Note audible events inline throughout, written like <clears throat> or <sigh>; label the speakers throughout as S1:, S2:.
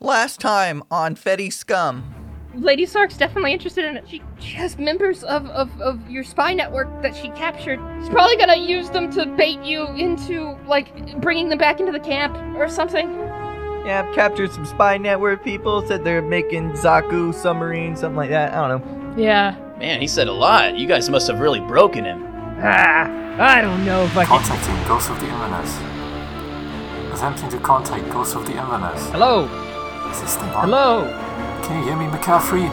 S1: Last time on Fetty Scum.
S2: Lady Sark's definitely interested in it. She, she has members of, of, of your spy network that she captured. She's probably gonna use them to bait you into, like, bringing them back into the camp or something.
S1: Yeah, I've captured some spy network people. Said they're making Zaku submarine, something like that. I don't know.
S3: Yeah.
S4: Man, he said a lot. You guys must have really broken him.
S3: Ah, I don't know if I can.
S5: Contacting Ghost of the Inverness. Attempting to contact Ghost of the Inverness.
S3: Hello.
S5: Is this thing on?
S3: Hello.
S5: Can you hear me, McCaffrey?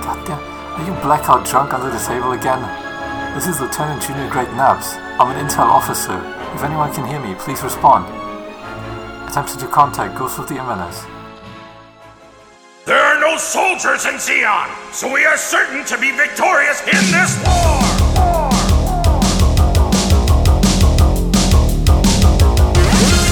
S5: Goddamn. Are you blackout drunk under the table again? This is Lieutenant Junior Greg Nabs. I'm an intel officer. If anyone can hear me, please respond. Attempting to contact Ghost of the Inverness.
S6: There are no soldiers in Zeon, so we are certain to be victorious in this war!
S3: <laughs>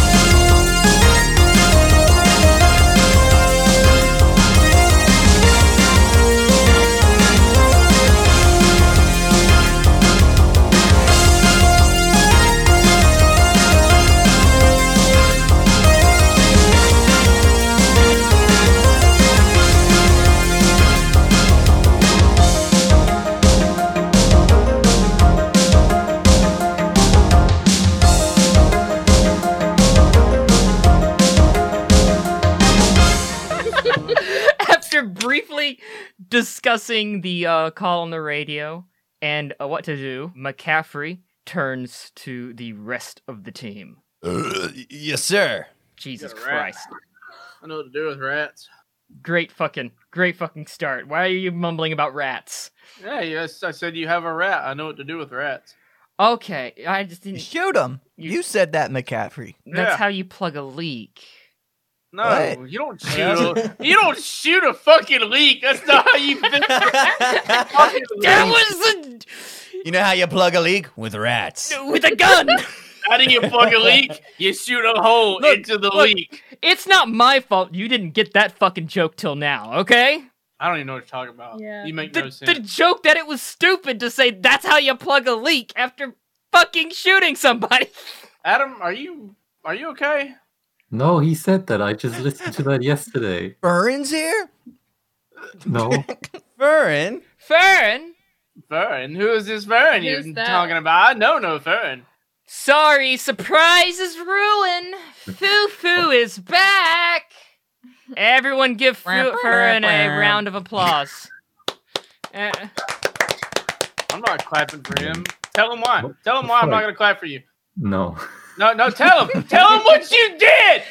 S3: After briefly discussing the uh, call on the radio and uh, what to do, McCaffrey turns to the rest of the team.
S4: Uh, yes, sir.
S3: Jesus
S7: Yeah, right.
S3: Christ.
S7: I know what to do with rats.
S3: Great fucking, great fucking start. Why are you mumbling about rats?
S7: Yeah, yes, I said you have a rat. I know what to do with rats.
S3: Okay, I just didn't.
S1: Shoot him.
S3: You-
S1: You said that, McCaffrey.
S3: That's
S7: Yeah.
S3: how you plug a leak.
S7: No,
S1: What?
S7: you don't shoot. <laughs> A, you don't shoot a fucking leak. That's not how you fix a
S3: <laughs>
S7: fucking
S3: That
S7: leak.
S3: was
S4: <laughs> You know how you plug a leak? With rats.
S3: a, with a gun.
S7: How do you plug a leak? You shoot a hole
S3: Look,
S7: into the
S3: look.
S7: leak.
S3: it's not my fault. You didn't get that fucking joke till now. Okay.
S7: I don't even know what you're talking about.
S2: Yeah.
S7: You make
S3: the,
S7: no
S3: the
S7: sense.
S3: joke that it was stupid to say that's how you plug a leak after fucking shooting somebody. <laughs>
S7: Adam, are you are you okay?
S5: No, he said that. I just listened to that yesterday.
S1: Burns here?
S5: <laughs> No,
S4: Furrin?
S3: Fern,
S7: Vern, who is this Vern you're
S2: Who's that?
S7: talking about? I know no Vern.
S3: sorry, surprise is ruined. Foo Foo is back. Everyone give Foo- Fern a round of
S7: <laughs>
S3: applause. Uh,
S7: I'm not clapping for him. Tell him why. Tell him why I'm not gonna clap for you.
S5: no.
S7: No, no, tell him. tell him
S2: <laughs>
S7: what you did.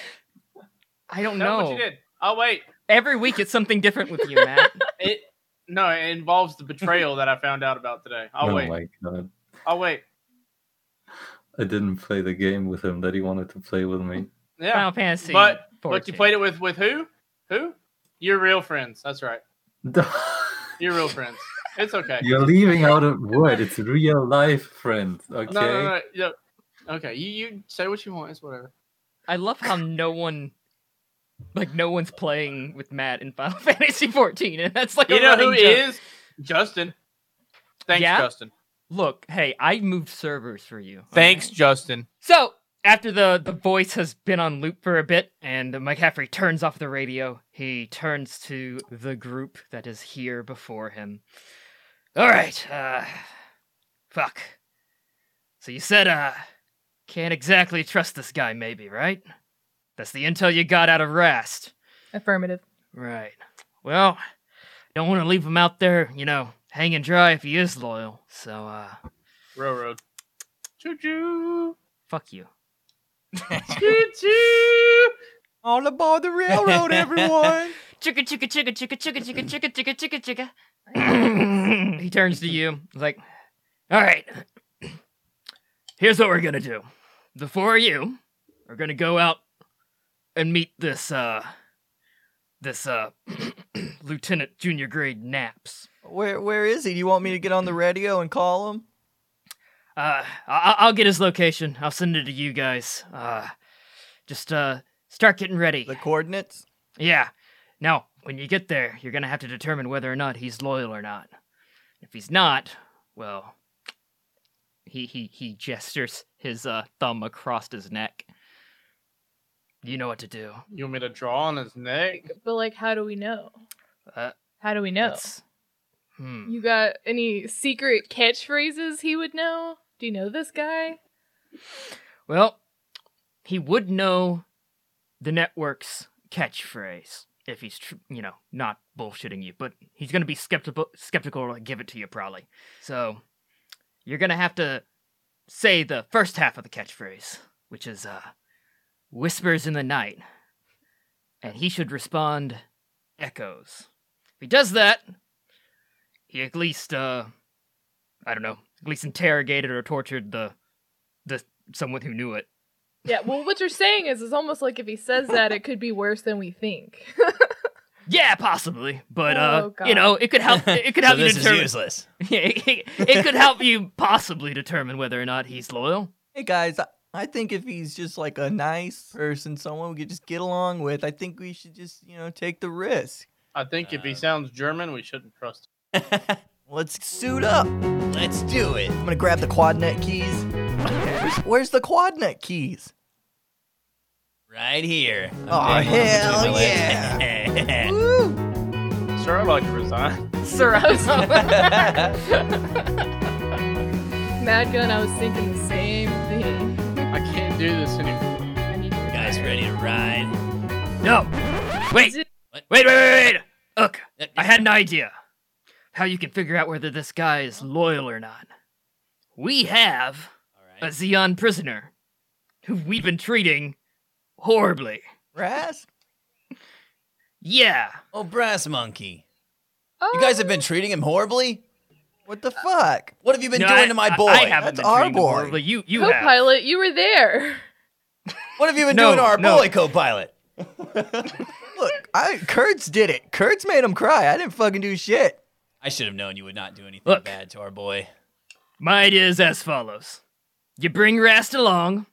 S3: I don't
S7: Tell him what you
S3: know.
S7: did. Oh wait.
S3: Every week it's something different with you, Matt.
S7: It no, it involves the betrayal that I found out about today. I'll
S5: oh
S7: wait.
S5: my god.
S7: I'll wait.
S5: I didn't play the game with him that he wanted to play with
S7: <laughs>
S5: me. <laughs>
S3: Final
S7: <laughs> Yeah.
S3: Fantasy.
S7: But- But you
S3: 14.
S7: played it with with who? Who? Your real friends. That's right. Your real friends. It's okay.
S5: You're leaving out a word. It's real life, friend. Okay.
S7: No, no, no, no. Okay, you, you say what you want. It's whatever.
S3: I love how no one, like no one's playing with Matt in Final <laughs> Fantasy 14, and that's like
S7: You
S3: a
S7: know who
S3: running joke.
S7: is Justin. Thanks,
S3: Yeah?
S7: Justin.
S3: Look, hey, I moved servers for you.
S7: Thanks,
S3: okay?
S7: Justin.
S3: So after the the voice has been on loop for a bit, and McCaffrey turns off the radio, he turns to the group that is here before him. All right, uh, fuck. So you said, uh, can't exactly trust this guy, maybe, right? That's the intel you got out of Rast.
S8: Affirmative.
S3: Right. Well, don't want to leave him out there, you know, hanging dry if he is loyal. So, uh,
S7: Railroad. Choo choo.
S3: fuck you.
S7: Choo choo.
S1: All aboard the railroad,
S4: <laughs>
S1: everyone.
S3: chicka chicka chicka chicka chicka chicka chicka chicka chicka chicka. <coughs> he turns to you. He's like, "All right, here's what we're gonna do. The four of you are gonna go out and meet this uh this uh <clears throat> lieutenant junior grade Naps.
S1: where where is he? Do you want me to get on the radio and call him?
S3: Uh, I- I'll get his location. I'll send it to you guys. Uh, just uh start getting ready.
S1: The coordinates?
S3: Yeah. Now, when you get there, you're going to have to determine whether or not he's loyal or not. If he's not, well, he he he gestures his uh, thumb across his neck. You know what to do.
S7: You want me to draw on his neck?
S8: But like, how do we know?
S3: Uh,
S8: How do we know?
S3: That's- Hmm.
S8: You got any secret catchphrases he would know? Do you know this guy?
S3: Well, he would know the network's catchphrase if he's, tr- you know, not bullshitting you. But he's gonna be skeptical, skeptical to give it to you probably. So you're gonna have to say the first half of the catchphrase, which is uh, "whispers in the night," and he should respond, "echoes." If he does that, he at least, uh, I don't know, at least interrogated or tortured the the someone who knew it.
S8: Yeah. Well, what you're saying is, it's almost like if he says that, it could be worse than we think. <laughs>
S3: Yeah, possibly, but uh,
S8: Oh, God.
S3: you know, it could
S8: <laughs>
S3: help. It could help
S4: so
S3: you
S4: this is
S3: determine.
S4: useless.
S3: Yeah, <laughs> it, it could help you possibly determine whether or not he's loyal.
S1: Hey guys, I, I think if he's just like a nice person, someone we could just get along with, I think we should just, you know, take the risk.
S7: I think
S3: Uh.
S7: if he sounds German, we shouldn't trust him.
S1: Let's suit up. I'm
S4: Let's do it.
S1: gonna grab the quad nut keys. Where's, where's the quad nut keys?
S4: Right here.
S1: Aw, hell
S4: <laughs> yeah.
S1: Woo!
S7: Sir, I'd like to resign.
S3: Sir, I was-
S8: <laughs> Mad Gun, I was thinking the same thing.
S7: I can't do this anymore.
S8: I need to
S4: Guys, ready to ride?
S3: no, wait, wait, wait, wait, wait. Look, I had an idea. How you can figure out whether this guy is loyal or not? We have a
S4: All right.
S3: Xeon prisoner who we've been treating horribly.
S1: Rask?
S3: Yeah,
S4: Oh, brass monkey.
S8: Oh,
S4: You guys have been treating him horribly.
S1: What the fuck?
S4: What have you been
S3: No,
S4: doing
S3: I-
S4: to my
S3: I-
S4: boy?
S3: I, haven't
S1: That's
S3: been treating
S1: our
S3: him
S1: boy.
S3: horribly. You, you have.
S8: co-pilot, you were there.
S4: What have you been
S3: No,
S4: doing to our
S3: no.
S4: boy, co-pilot?
S1: Look, I Kurtz did it. Kurtz made him cry. I didn't fucking do shit.
S4: I should have known you would not do anything
S3: Look.
S4: bad to our boy.
S3: My idea is as follows You bring Rast along,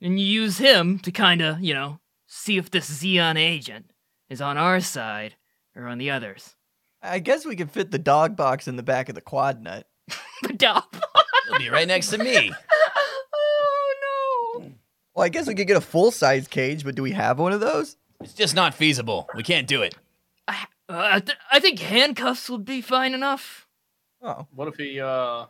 S3: and you use him to kinda, you know, see if this Xeon agent is on our side or on the others. <laughs>
S1: I guess we could fit the dog box in the back of the quad nut.
S3: The dog.
S4: He'll be right next to me.
S8: oh no!
S1: Well, I guess we could get a full size cage, but do we have one of those?
S4: It's just not feasible. We can't do it.
S3: Uh, I, th- I think handcuffs would be fine enough.
S1: Oh.
S7: What if he, uh,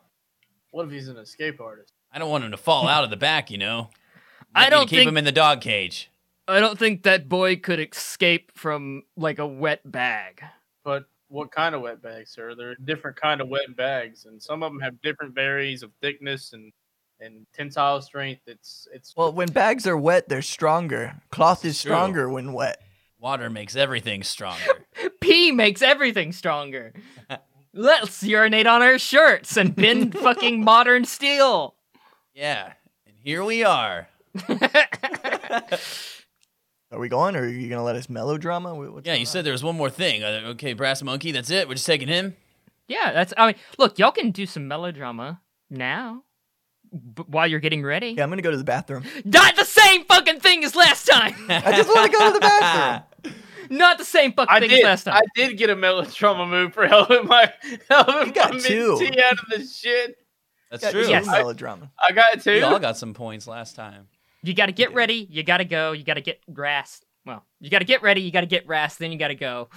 S7: what if he's an escape artist?
S4: I don't want him to fall out of the back. You know.
S3: <laughs> I
S4: Might need to
S3: don't
S4: keep
S3: think-
S4: him in the dog cage.
S3: I don't think that boy could escape from like a wet bag.
S7: But what kind of wet bags, sir? There are different kind of wet bags, and some of them have different varies of thickness and and tensile strength. It's it's
S1: Well, when bags are wet, they're stronger. Cloth is
S4: True.
S1: stronger when wet.
S4: Water makes
S3: <laughs>
S4: everything stronger.
S3: Pee makes everything
S4: <laughs>
S3: stronger. Let's urinate on our shirts and
S4: <laughs>
S3: bend fucking modern steel. <laughs>
S4: yeah. And here we are.
S1: Are we going, or are you gonna let us melodrama? Wh- what's
S4: Yeah, you
S1: going
S4: said there was one more thing. Uh, okay, brass monkey. That's it. We're just
S3: <laughs>
S4: taking him.
S3: Yeah, that's. I mean, look, y'all can do some melodrama now, b- while you're getting ready.
S1: on? Yeah, I'm gonna go to the
S4: <laughs>
S1: bathroom.
S3: Not the same fucking thing as last
S7: <laughs>
S3: time.
S1: I just want to go to the bathroom.
S3: Not the same fucking
S7: I
S3: thing
S7: did.
S3: as last
S7: I
S3: time.
S7: did get a melodrama move for <laughs> helping my helping
S1: You got
S7: my
S1: two.
S7: mentee <laughs> out of the shit.
S4: <laughs> That's
S1: Yeah,
S4: true.
S1: just
S3: Yes.
S1: melodrama.
S7: I got two.
S4: We all got some points last time.
S3: You got to get ready. You got to go. You got to get rest. Well, you got to get ready. You got to get rest. Then you got to go.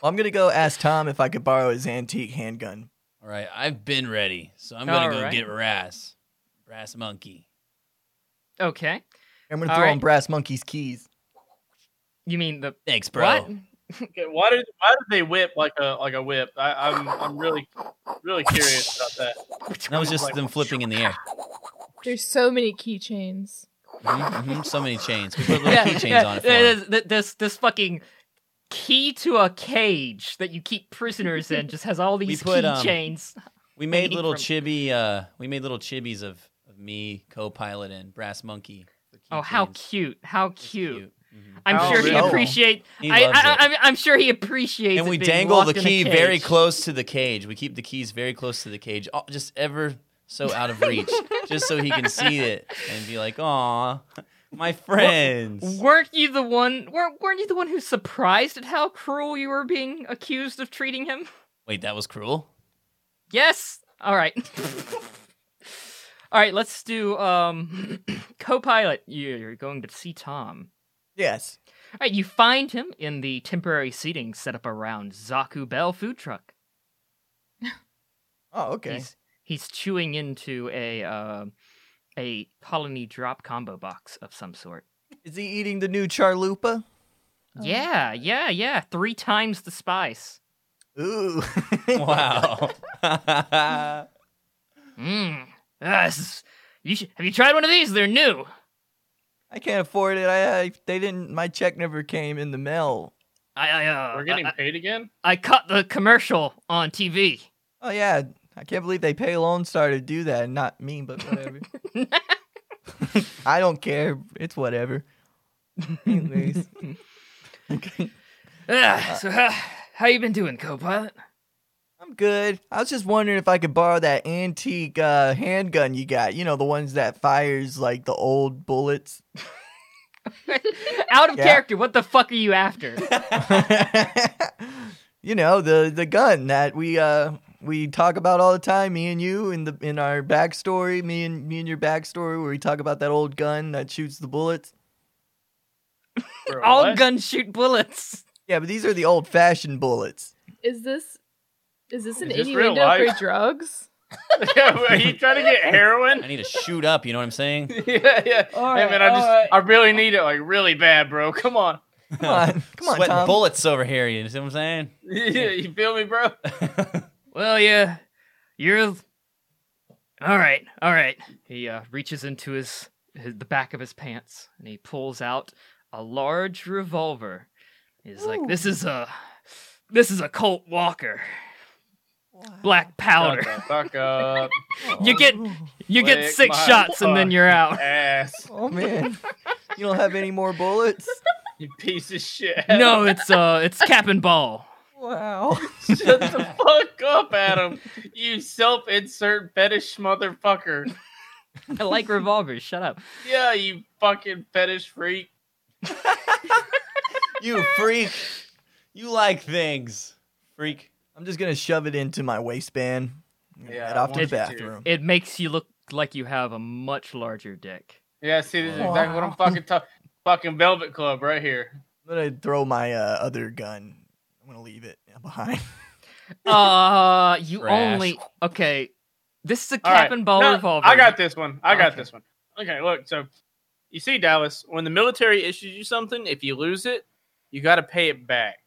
S1: Well, I'm gonna go ask Tom if I could borrow his antique handgun.
S4: All right, I've been ready, so I'm gonna
S3: All
S4: go
S3: right.
S4: get Brass, Brass Monkey.
S3: Okay.
S1: I'm gonna
S3: All
S1: throw him
S3: right.
S1: Brass Monkey's keys.
S3: You mean the
S4: Thanks, bro.
S3: what?
S7: Okay, why did why did they whip like a like a whip? I, I'm I'm really really curious about that.
S4: That was just them flipping in the air.
S8: There's so many keychains.
S4: Mhm, mhm, So many chains. We put little
S3: Yeah, <laughs>
S4: keychains
S3: yeah,
S4: on it. For
S3: yeah,
S4: 'em.
S3: this- this, this this fucking key to a cage that you keep prisoners in just has all these
S4: put, um,
S3: keychains.
S4: We made
S3: made
S4: little
S3: from-
S4: chibi. Uh, we made little chibis of, of me, co-pilot, and Brass Monkey. for
S3: oh, how
S4: keychains.
S3: cute! How
S4: It's
S3: cute!
S4: Mhm.
S3: I'm
S7: Oh,
S3: sure he
S7: really?
S3: appreciate.
S4: He
S3: I, I,
S4: loves it.
S3: I, I'm sure he appreciates.
S4: And
S3: it
S4: we
S3: being
S4: dangle the
S3: locked in a
S4: key very
S3: cage.
S4: close to the cage. We keep the keys very close to the cage, all, just ever so out of
S3: <laughs>
S4: reach, just so he can see it and be like, "Aw, my friends."
S3: Weren't you the one? Weren't, weren't you the one who's surprised at how cruel you were being accused of treating him?
S4: Wait, that was cruel.
S3: Yes. All right. <laughs> All right, let's do um, <clears throat> co-pilot. You're going to see Tom.
S1: Yes.
S3: All right, you find him in the temporary seating set up around Zaku Bell food truck.
S1: Oh, okay.
S3: He's he's chewing into a uh, a colony drop combo box of some sort.
S1: Is he eating the new charlupa?
S7: Oh.
S3: Yeah, yeah, yeah. Three times the spice.
S1: Ooh. <laughs>
S4: Wow. <laughs>
S3: Mmm. Ah, this is- you should, have you tried one of these? They're new.
S1: I can't afford it. I, I they didn't. My check never came in the mail.
S3: I I, uh, <laughs>
S7: We're getting
S3: I,
S7: paid again.
S3: I caught the commercial on TV.
S1: Oh yeah, I can't believe they pay Lone Star to do that. Not me, but whatever. I don't care. It's whatever. Anyways.
S3: Ah, so uh, how you been doing, co-pilot?
S1: I'm good. I was just wondering if I could borrow that antique uh, handgun you got. You know, the ones that fires like the old bullets. <laughs>
S3: Out of
S1: Yeah.
S3: character. What the fuck are you after?
S7: <laughs>
S1: you know, the the gun that we uh we talk about all the time, me and you in the in our backstory, me and me and your backstory where we talk about that old gun that shoots the bullets.
S7: Bro,
S3: All
S7: what?
S3: guns shoot bullets.
S1: Yeah, but these are the old fashioned bullets.
S8: Is this is this an
S7: Is this real
S8: innuendo for
S7: life?
S8: drugs?
S7: yeah, <laughs> are you trying to get heroin?
S4: I need to shoot up. You know what I'm saying?
S7: <laughs> yeah, yeah. hey man, I just I really need it like really bad, bro. Come on.
S1: Come
S4: <laughs>
S1: on. Come on,
S4: Sweating
S1: Tom.
S4: bullets over here. You know what I'm saying?
S7: <laughs> Yeah, you feel me, bro?
S3: Well, yeah, you're. All right, all right. He uh, reaches into his, his the back of his pants and he pulls out a large revolver. He's like, "This is a, this is a Colt Walker, black powder.
S7: Shut the <laughs> fuck up.
S3: <laughs> you get, you get
S7: Lick
S3: six
S7: my
S3: shots and then you're out.
S7: Ass.
S1: Oh man. You don't have any more bullets?
S7: You piece of <laughs> shit.
S3: <laughs> No, it's uh, it's cap and ball.
S1: Wow.
S7: Shut the fuck up, Adam. You self insert fetish motherfucker.
S3: <laughs> I like revolvers. Shut up.
S7: Yeah, you fucking fetish freak.
S4: You freak. You like things. Freak.
S1: I'm just gonna shove it into my waistband.
S7: Yeah,
S1: Yeah, head
S7: I
S1: off to the
S7: want you to.
S1: bathroom.
S3: It makes you look like you have a much larger dick.
S7: Yeah, see, this is exactly what I'm fucking talking. Fucking Velvet Club right here.
S1: I'm gonna throw my uh, other gun. I'm gonna leave it behind. <laughs>
S3: Uh, you
S4: Trash.
S3: only okay. This is a
S7: All
S3: cap
S7: right.
S3: and ball
S7: No,
S3: revolver.
S7: I got this one. I got
S3: Okay.
S7: this one. Okay, look. So, you see, Dallas, when the military issues you something, if you lose it, you got to pay it back.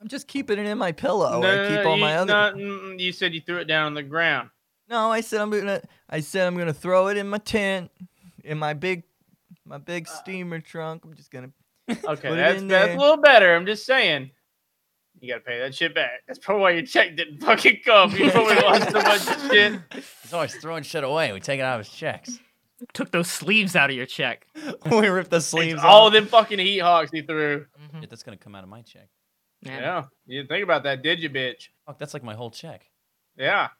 S1: I'm just keeping it in my pillow. I keep all
S7: you,
S1: my other.
S7: no, mm, you said you threw it down on the ground.
S1: No, I said I'm gonna. I said I'm gonna throw it in my tent, in my big, my
S7: Uh.
S1: big steamer trunk. I'm just gonna.
S7: Okay,
S1: Put it
S7: that's,
S1: in
S7: that's
S1: there.
S7: a little better. I'm just saying. You gotta pay that shit back. That's probably why your check didn't fucking
S1: <laughs>
S7: come. You probably lost so much shit.
S4: He's always throwing shit away. We take it out of his checks. <laughs>
S3: Took those sleeves out of your check.
S4: we rip the
S7: It's
S4: sleeves
S7: all
S4: off.
S7: them fucking heat hawks he threw.
S4: Shit, that's gonna come out of my check.
S7: Yeah.
S3: Yeah.
S7: You didn't think about that, did you, bitch?
S4: Fuck, that's like my whole check.
S7: Yeah.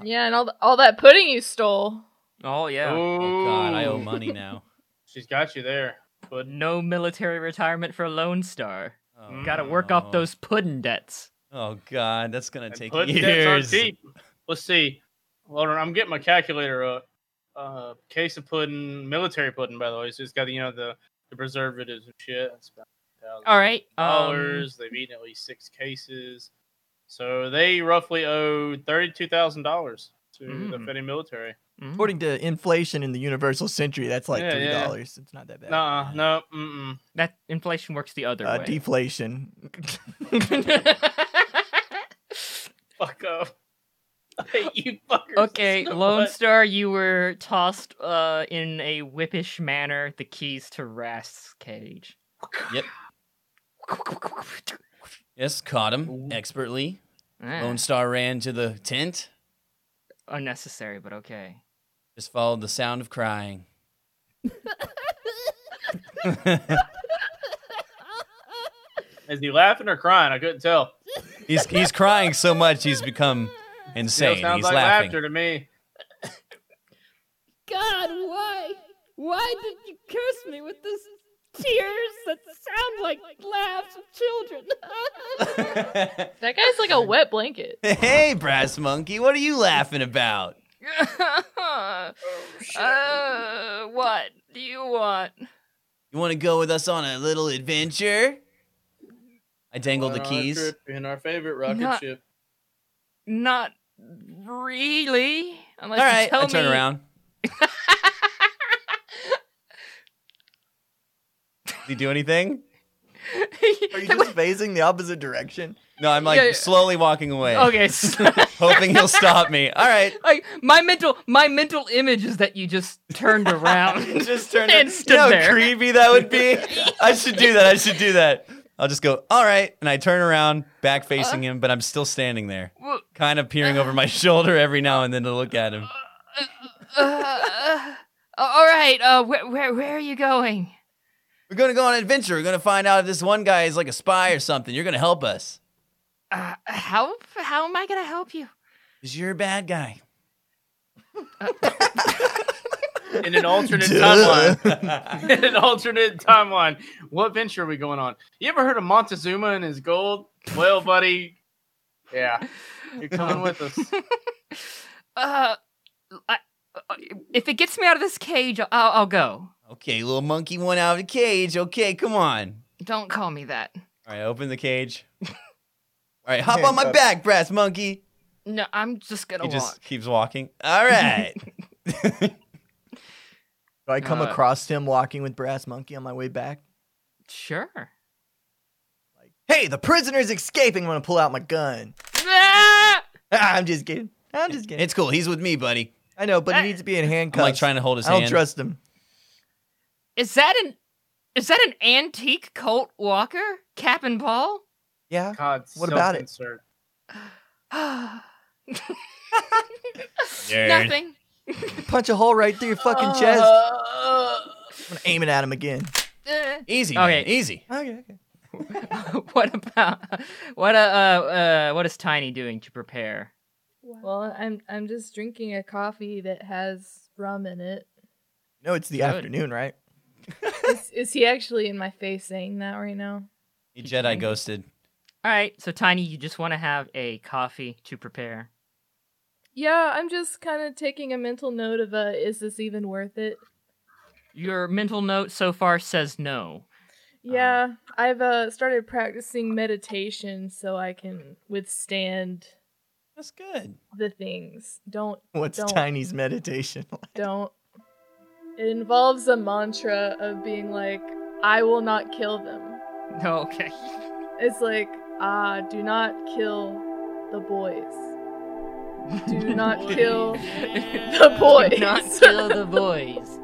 S8: Yeah, and all th- all that pudding you stole.
S3: Oh yeah.
S4: Oh god, I owe
S7: Ooh.
S4: money now.
S7: She's got you there. But
S3: No military retirement for Lone Star.
S4: Oh,
S3: Got to work
S4: no.
S3: off those puddin' debts.
S4: Oh god, that's gonna take
S7: put
S4: years.
S7: on deep. Let's see. Hold on, I'm getting my calculator up. Uh, case of pudding, military pudding, by the way. So it's got the, you know the, the preservatives and shit. That's about $1,000.
S3: All right. Um,
S7: dollars. They've eaten at least six cases, so they roughly owe thirty-two thousand dollars to the
S3: Mm.
S7: Fed military.
S3: mm.
S1: According to inflation in the universal century, that's like
S7: Yeah,
S1: three
S7: yeah.
S1: dollars. It's not that bad.
S7: Nah, no, mm-mm.
S3: that inflation works the other
S1: uh,
S3: way.
S1: deflation.
S7: <laughs> fuck off. <laughs> I hate you fuckers.
S3: <laughs>
S7: <laughs>
S3: okay,
S7: so
S3: Lone
S7: much.
S3: Star, you were tossed uh, in a whippish manner. The keys to Rast's cage. <laughs> Ah,
S4: Yep. Yes, caught him expertly.
S3: Eh,
S4: Lone Star ran to the tent.
S3: unnecessary, but okay.
S4: Just followed the sound of
S7: <laughs>
S4: crying. <laughs>
S7: Is he laughing or crying? I couldn't tell.
S4: He's he's crying so much he's become
S7: Still
S4: insane.
S7: sounds
S4: He's
S7: like
S4: laughing.
S7: laughter to me.
S9: God, why? Why did you curse me with those tears that sound like laughs of children?
S4: <laughs>
S8: That guy's like a wet blanket.
S3: <laughs>
S4: hey, brass monkey, what are you laughing about? Oh,
S3: uh, what do you want?
S4: You want to go with us on a little adventure? I dangle
S7: On
S4: the
S7: our
S4: keys.
S7: Uh, trip in our favorite rocket
S3: Not-
S7: ship.
S3: Not really. Unless
S4: All right,
S3: you tell
S4: I turn
S3: me.
S4: around. Did he do anything?
S1: Are you just facing the opposite direction?
S4: No, I'm like
S3: Yeah.
S4: slowly walking away,
S3: <laughs> okay. s-
S4: <laughs> hoping he'll stop me. All right,
S3: <laughs> like my mental, my mental image is that you just turned around.
S4: just
S3: <laughs>
S4: turn.
S3: And
S4: <laughs> you
S3: stood
S4: know how
S3: there.
S4: creepy that would be. I should do that. I should do that. I'll just go. All right, and I turn around, back facing
S3: Uh-huh.
S4: him, but I'm still standing there,
S3: Well,
S4: kind of peering over my
S3: uh-huh.
S4: shoulder every now and then to look at him.
S3: uh, all right. Uh, where, where, where are you going?
S4: We're gonna go on an adventure. We're gonna find out if this one guy is like a spy or something. You're gonna help us.
S3: Uh, how, how am I gonna help you?
S4: Cause you're a
S3: <laughs>
S4: bad guy.
S3: <laughs>
S7: In an alternate timeline. <laughs> in an alternate timeline. What venture are we going on? You ever heard of Montezuma and his gold? Well, buddy. Yeah. You're coming with us.
S3: Uh, I, uh, if it gets me out of this cage, I'll, I'll go.
S4: <laughs> Okay, little monkey went out of the cage. Okay, come on.
S3: Don't call me that.
S4: All right, open
S3: <laughs>
S4: the cage. All right, hop on my back, brass monkey.
S3: No, I'm just gonna
S4: He
S3: walk.
S4: just keeps walking. All right.
S1: Do I come
S3: Uh,
S1: across him walking with Brass Monkey on my way back?
S4: <laughs>
S3: Sure.
S1: Hey, the prisoner's escaping. I'm gonna pull out my gun. <laughs>
S3: Ah!
S1: Ah, I'm just kidding. I'm just kidding.
S4: it's cool. He's with me, buddy.
S1: I know, but
S3: Ah.
S1: he needs to be in handcuffs.
S4: I'm like trying to hold his
S1: I don't
S4: hand.
S1: trust him.
S3: Is that an is that an antique Colt Walker cap and <laughs> ball?
S1: Yeah.
S7: God,
S1: What about it?
S3: <laughs>
S7: self-insert.
S3: Nothing.
S1: Punch a hole right through your fucking
S4: Uh.
S1: chest. I'm gonna aim it at him again.
S3: Uh,
S4: Easy.
S3: Okay.
S4: Man, easy.
S1: Okay, okay.
S3: what about what uh, uh what is Tiny doing to prepare?
S8: Well, I'm I'm just drinking a coffee that has rum in it.
S1: No, it's the
S3: Good.
S1: afternoon, right?
S8: Is, is he actually in my face saying that right now?
S4: He Jedi ghosted.
S3: All right, so Tiny, you just want to have a coffee to prepare.
S8: Yeah, I'm just kind of taking a mental note of uh, is this even worth it?
S3: Your mental note so far says no.
S8: Yeah, I've uh, started practicing meditation so I can withstand
S4: That's good.
S8: the things. Don't
S1: What's
S8: Don't.
S1: Tiny's meditation? <laughs>
S8: don't. It involves a mantra of being like, I will not kill them.
S3: No, <laughs> okay.
S8: It's like, ah, do not kill the boys. <laughs> Do not kill the boys.
S3: Do not
S8: <laughs>
S3: kill the boys.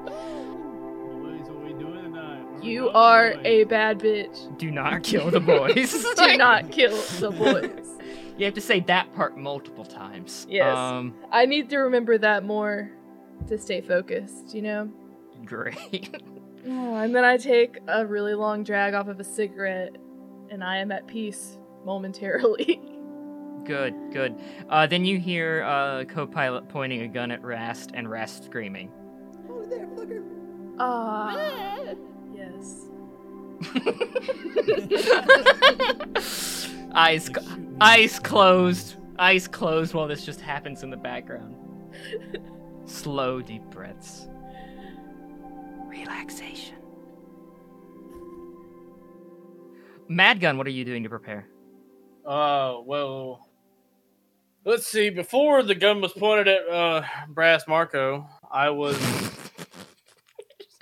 S8: You are a bad bitch. <laughs>
S3: Do not kill the boys.
S8: Do not kill the boys.
S3: You have to say that part multiple times.
S8: Yes.
S3: Um,
S8: I need to remember that more to stay focused, you know?
S3: great.
S8: Oh, and then I take a really long drag off of a cigarette, and I am at peace momentarily. <laughs>
S3: good. Good. Uh, then you hear uh, co-pilot pointing a gun at Rast and Rast screaming.
S8: Ah, yes.
S3: eyes, cl- eyes closed. Eyes closed while this just happens in the background. Slow, deep breaths. Relaxation. Madgun, what are you doing to prepare?
S7: Uh, well, let's see. Before the gun was pointed at uh, Brass Marco, I was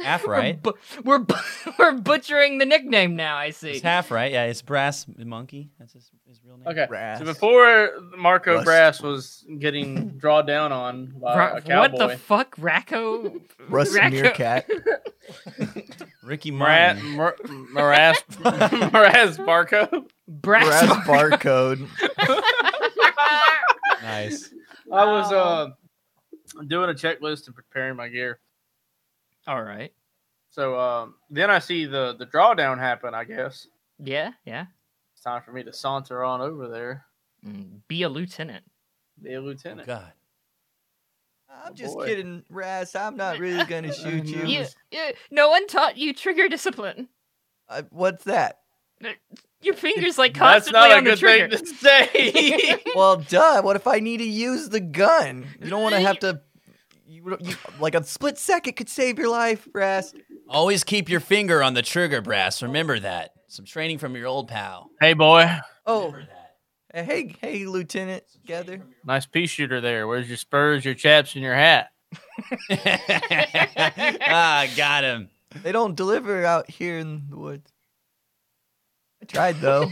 S4: Half right.
S3: Bu- we're bu- <laughs> we're butchering the nickname now. I see.
S4: It's half right. Yeah, it's brass monkey. That's his, his real name.
S7: okay.
S1: Brass.
S7: So before Marco
S1: Rust.
S7: Brass was getting drawn down on by
S3: Ra-
S7: uh, a cowboy,
S3: what the fuck, Racco?
S1: Russ
S3: Racco-
S4: <laughs>
S1: Meerkat.
S4: Ricky
S7: Marat, Mar-
S4: Martin.
S7: Maras,
S1: <laughs>
S7: Maras Marco.
S3: Brass.
S1: Brass
S4: <laughs>
S1: barcode.
S4: Nice.
S7: I was uh, doing a checklist and preparing my gear.
S3: All right.
S7: So um, then I see the the drawdown happen. I guess
S3: Yeah, yeah.
S7: it's time for me to saunter on over there,
S3: Mm, Be a lieutenant.
S7: be a
S4: Oh,
S7: lieutenant.
S4: God.
S1: I'm just
S7: boy.
S1: kidding, Ras. I'm not really gonna
S4: <laughs>
S1: shoot you.
S3: You, you, no one taught you trigger discipline.
S1: Uh, what's that?
S3: Your fingers like
S7: <laughs> That's
S3: constantly
S7: not a
S3: on the
S7: good
S3: trigger.
S7: thing to say.
S1: <laughs> Well, duh. What if I need to use the gun? You don't want to have to you, you like a split second could save your life, Brass.
S4: Always keep your finger on the trigger, brass. Remember that. Some training from your old pal.
S7: Hey, boy.
S1: Oh, hey, hey, Lieutenant Gather.
S7: Nice pea shooter there. Where's your spurs, your chaps, and your hat?
S4: <laughs> ah, got him.
S1: They don't deliver out here in the woods. I tried though.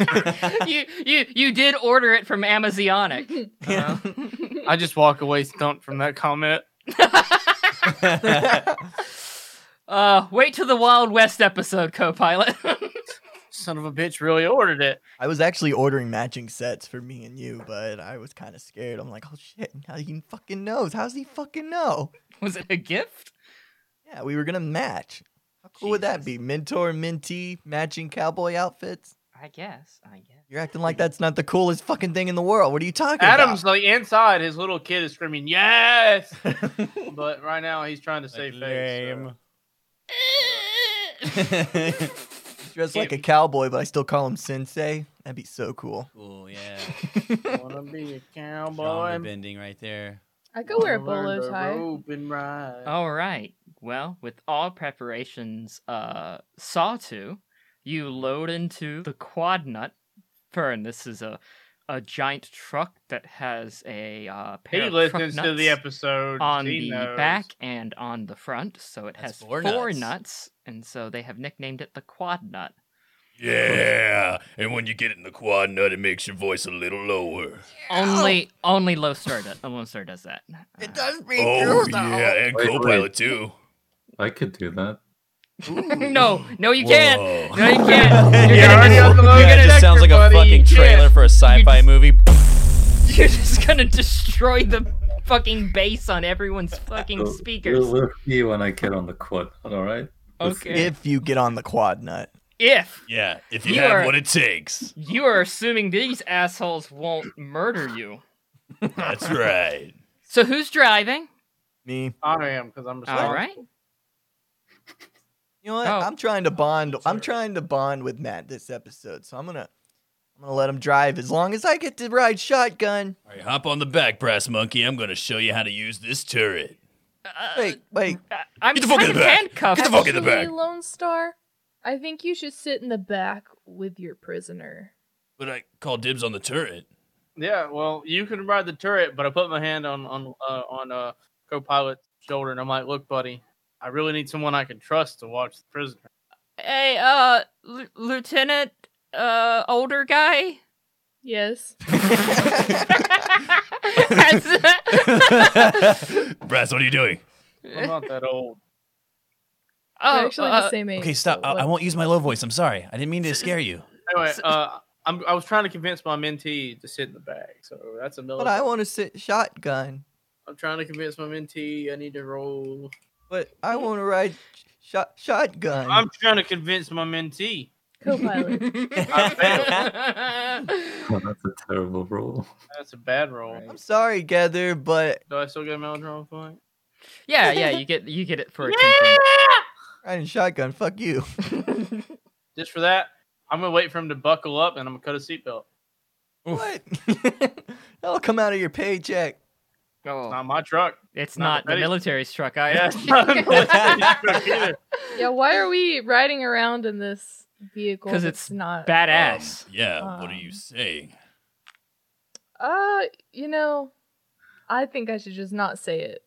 S3: <laughs>
S7: <laughs>
S3: you you you did order it from Amazonic.
S1: Yeah.
S7: I just walk away stumped from that comment.
S3: Uh, wait till the Wild West episode, co-pilot. <laughs>
S7: Son of a bitch really ordered it.
S1: <laughs> I was actually ordering matching sets for me and you, but I was kind of scared. I'm like, oh shit, now he fucking knows. How's he fucking know?
S3: Was it a gift?
S1: Yeah, we were gonna match. How cool would that
S3: Jesus.
S1: be? Mentor, mentee, matching cowboy outfits.
S3: I guess. I guess.
S1: You're acting like that's not the coolest fucking thing in the world. What are you talking
S7: Adam's
S1: about?
S7: like inside. His little kid is screaming, "Yes!" but right now he's trying to
S4: <laughs>
S7: save face. so-
S4: Lame. <laughs>
S1: He's dressed like a cowboy, but I still call him sensei. That'd be so cool.
S4: cool, yeah.
S7: Wanna be a
S4: Genre
S7: cowboy?
S4: bending right there.
S8: I could wear a
S7: wanna learn
S8: bolo
S7: to
S8: tie.
S7: rope and ride.
S3: All right. Well, with all preparations uh saw to, you load into the quad nut fern. This is a a giant truck that has a uh, pair
S7: He
S3: of truck
S7: listens to
S3: nuts
S7: the episode
S3: on
S7: he
S3: the
S7: knows.
S3: back and on the front, so it
S4: That's
S3: has
S4: four
S3: four,
S4: nuts.
S3: nuts. and so they have nicknamed it the quad nut.
S6: Yeah, and when you get it in the quad nut, it makes your voice a little lower.
S3: Only only Lostar does, Lostar does that.
S1: It
S3: Uh,
S1: does be
S6: Oh
S1: cool though.
S6: yeah, and
S5: Wait,
S6: co-pilot too.
S5: I could do that.
S3: no, no, you can't.
S6: Whoa.
S3: No, you can't. You're
S7: You're
S3: gonna
S7: already
S3: just-
S7: on the low
S4: Yeah, it just
S7: detector,
S4: sounds like a
S7: buddy.
S4: fucking
S7: Yeah.
S4: trailer for a sci-fi movie.
S3: <laughs> You're just gonna destroy the fucking base on everyone's fucking
S5: We'll-
S3: speakers.
S5: We'll, we'll see when I get on the quad. All right. We'll see.
S3: Okay.
S1: If you get on the quad nut.
S3: If
S6: Yeah, if you,
S3: You
S6: have
S3: are-
S6: what it takes.
S3: you are assuming these assholes won't murder you.
S6: <laughs> That's right.
S3: So who's driving?
S1: Me.
S7: I am because I'm.
S3: All right.
S1: You know what?
S3: Oh.
S1: I'm trying to bond. I'm
S4: Sorry.
S1: trying to bond with Matt this episode, so I'm gonna, I'm gonna let him drive as long as I get to ride shotgun.
S6: All right, hop on the back, brass monkey. I'm gonna show you how to use this turret.
S1: Wait, wait.
S3: I- Uh, I'm
S6: Get the fuck in
S3: kind
S6: the
S3: of
S6: back.
S3: handcuffed.
S6: Get the fuck in the
S8: Actually,
S6: back.
S8: Lone Star, I think you should sit in the back with your prisoner.
S6: But I call dibs on the turret. <laughs>
S7: Yeah, well, you can ride the turret, but I put my hand on on uh, on uh, co-pilot's shoulder, and I'm like, "Look, buddy, I really need someone I can trust to watch the prisoner."
S3: Hey, uh, L- Lieutenant, uh,
S2: <laughs>
S3: older guy. <laughs>
S8: Yes.
S6: brass, what are you doing?
S7: I'm not
S1: <laughs>
S7: that old.
S8: We're
S3: oh,
S8: actually
S3: uh,
S8: the same age.
S4: Okay, stop. I, I won't use my low voice. I'm sorry. I didn't mean to scare you.
S7: Anyway, uh, I'm I was trying to convince my mentee to sit in the back, so that's a
S1: But
S7: military.
S1: I want to sit shotgun.
S7: I'm trying to convince my mentee I need to roll.
S1: But I want to ride sh- shot shotgun.
S7: I'm trying to convince my mentee.
S8: <laughs> Co-pilot.
S3: <laughs>
S5: Oh, <laughs> that's a terrible rule.
S7: That's a bad roll.
S1: I'm sorry, Gather, but
S7: Do I still get a melodrama point?
S3: yeah, yeah, you get you get it for attention.
S1: riding shotgun. Fuck you. <laughs>
S7: Just for that, I'm gonna wait for him to buckle up, and I'm gonna cut a seatbelt.
S1: what? <laughs> That'll come out of your paycheck.
S3: Oh,
S7: Not
S1: <laughs>
S7: my truck. <laughs>
S3: it's
S7: not
S3: not,
S7: the
S3: the
S7: petty-
S3: military truck. I <laughs>
S7: Yeah, it's not my truck either.
S8: yeah, why are we riding around in this vehicle?
S3: 'Cause
S8: that's
S3: it's
S8: not
S3: badass.
S6: Um, yeah, what are
S8: Um,
S6: you saying?
S8: Uh, you know, I think I should just not say it.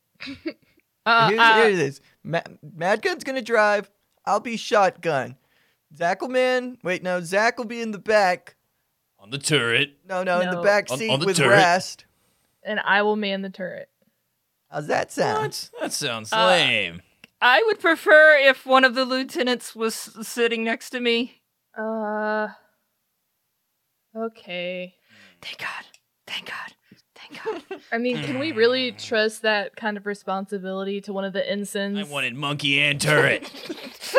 S3: Uh,
S1: here's,
S3: uh,
S1: here it is. Ma- Mad Gun's gonna drive. I'll be shotgun. Zach will man. Wait, no. Zach will be in the back.
S6: <laughs> On the turret.
S1: No, no, in the
S8: No.
S1: back
S6: On-
S1: seat
S6: on the
S1: with
S6: turret.
S1: Rast.
S8: And I will man the turret.
S1: How's that sound?
S4: <laughs> What? That sounds
S3: Uh,
S4: lame.
S3: I would prefer if one of the lieutenants was s- sitting next to me.
S8: Uh. Okay.
S3: Thank God. Thank God. Thank God.
S8: <laughs> I mean, can we really
S6: Hmm.
S8: trust that kind of responsibility to one of the ensigns?
S4: I wanted monkey and turret.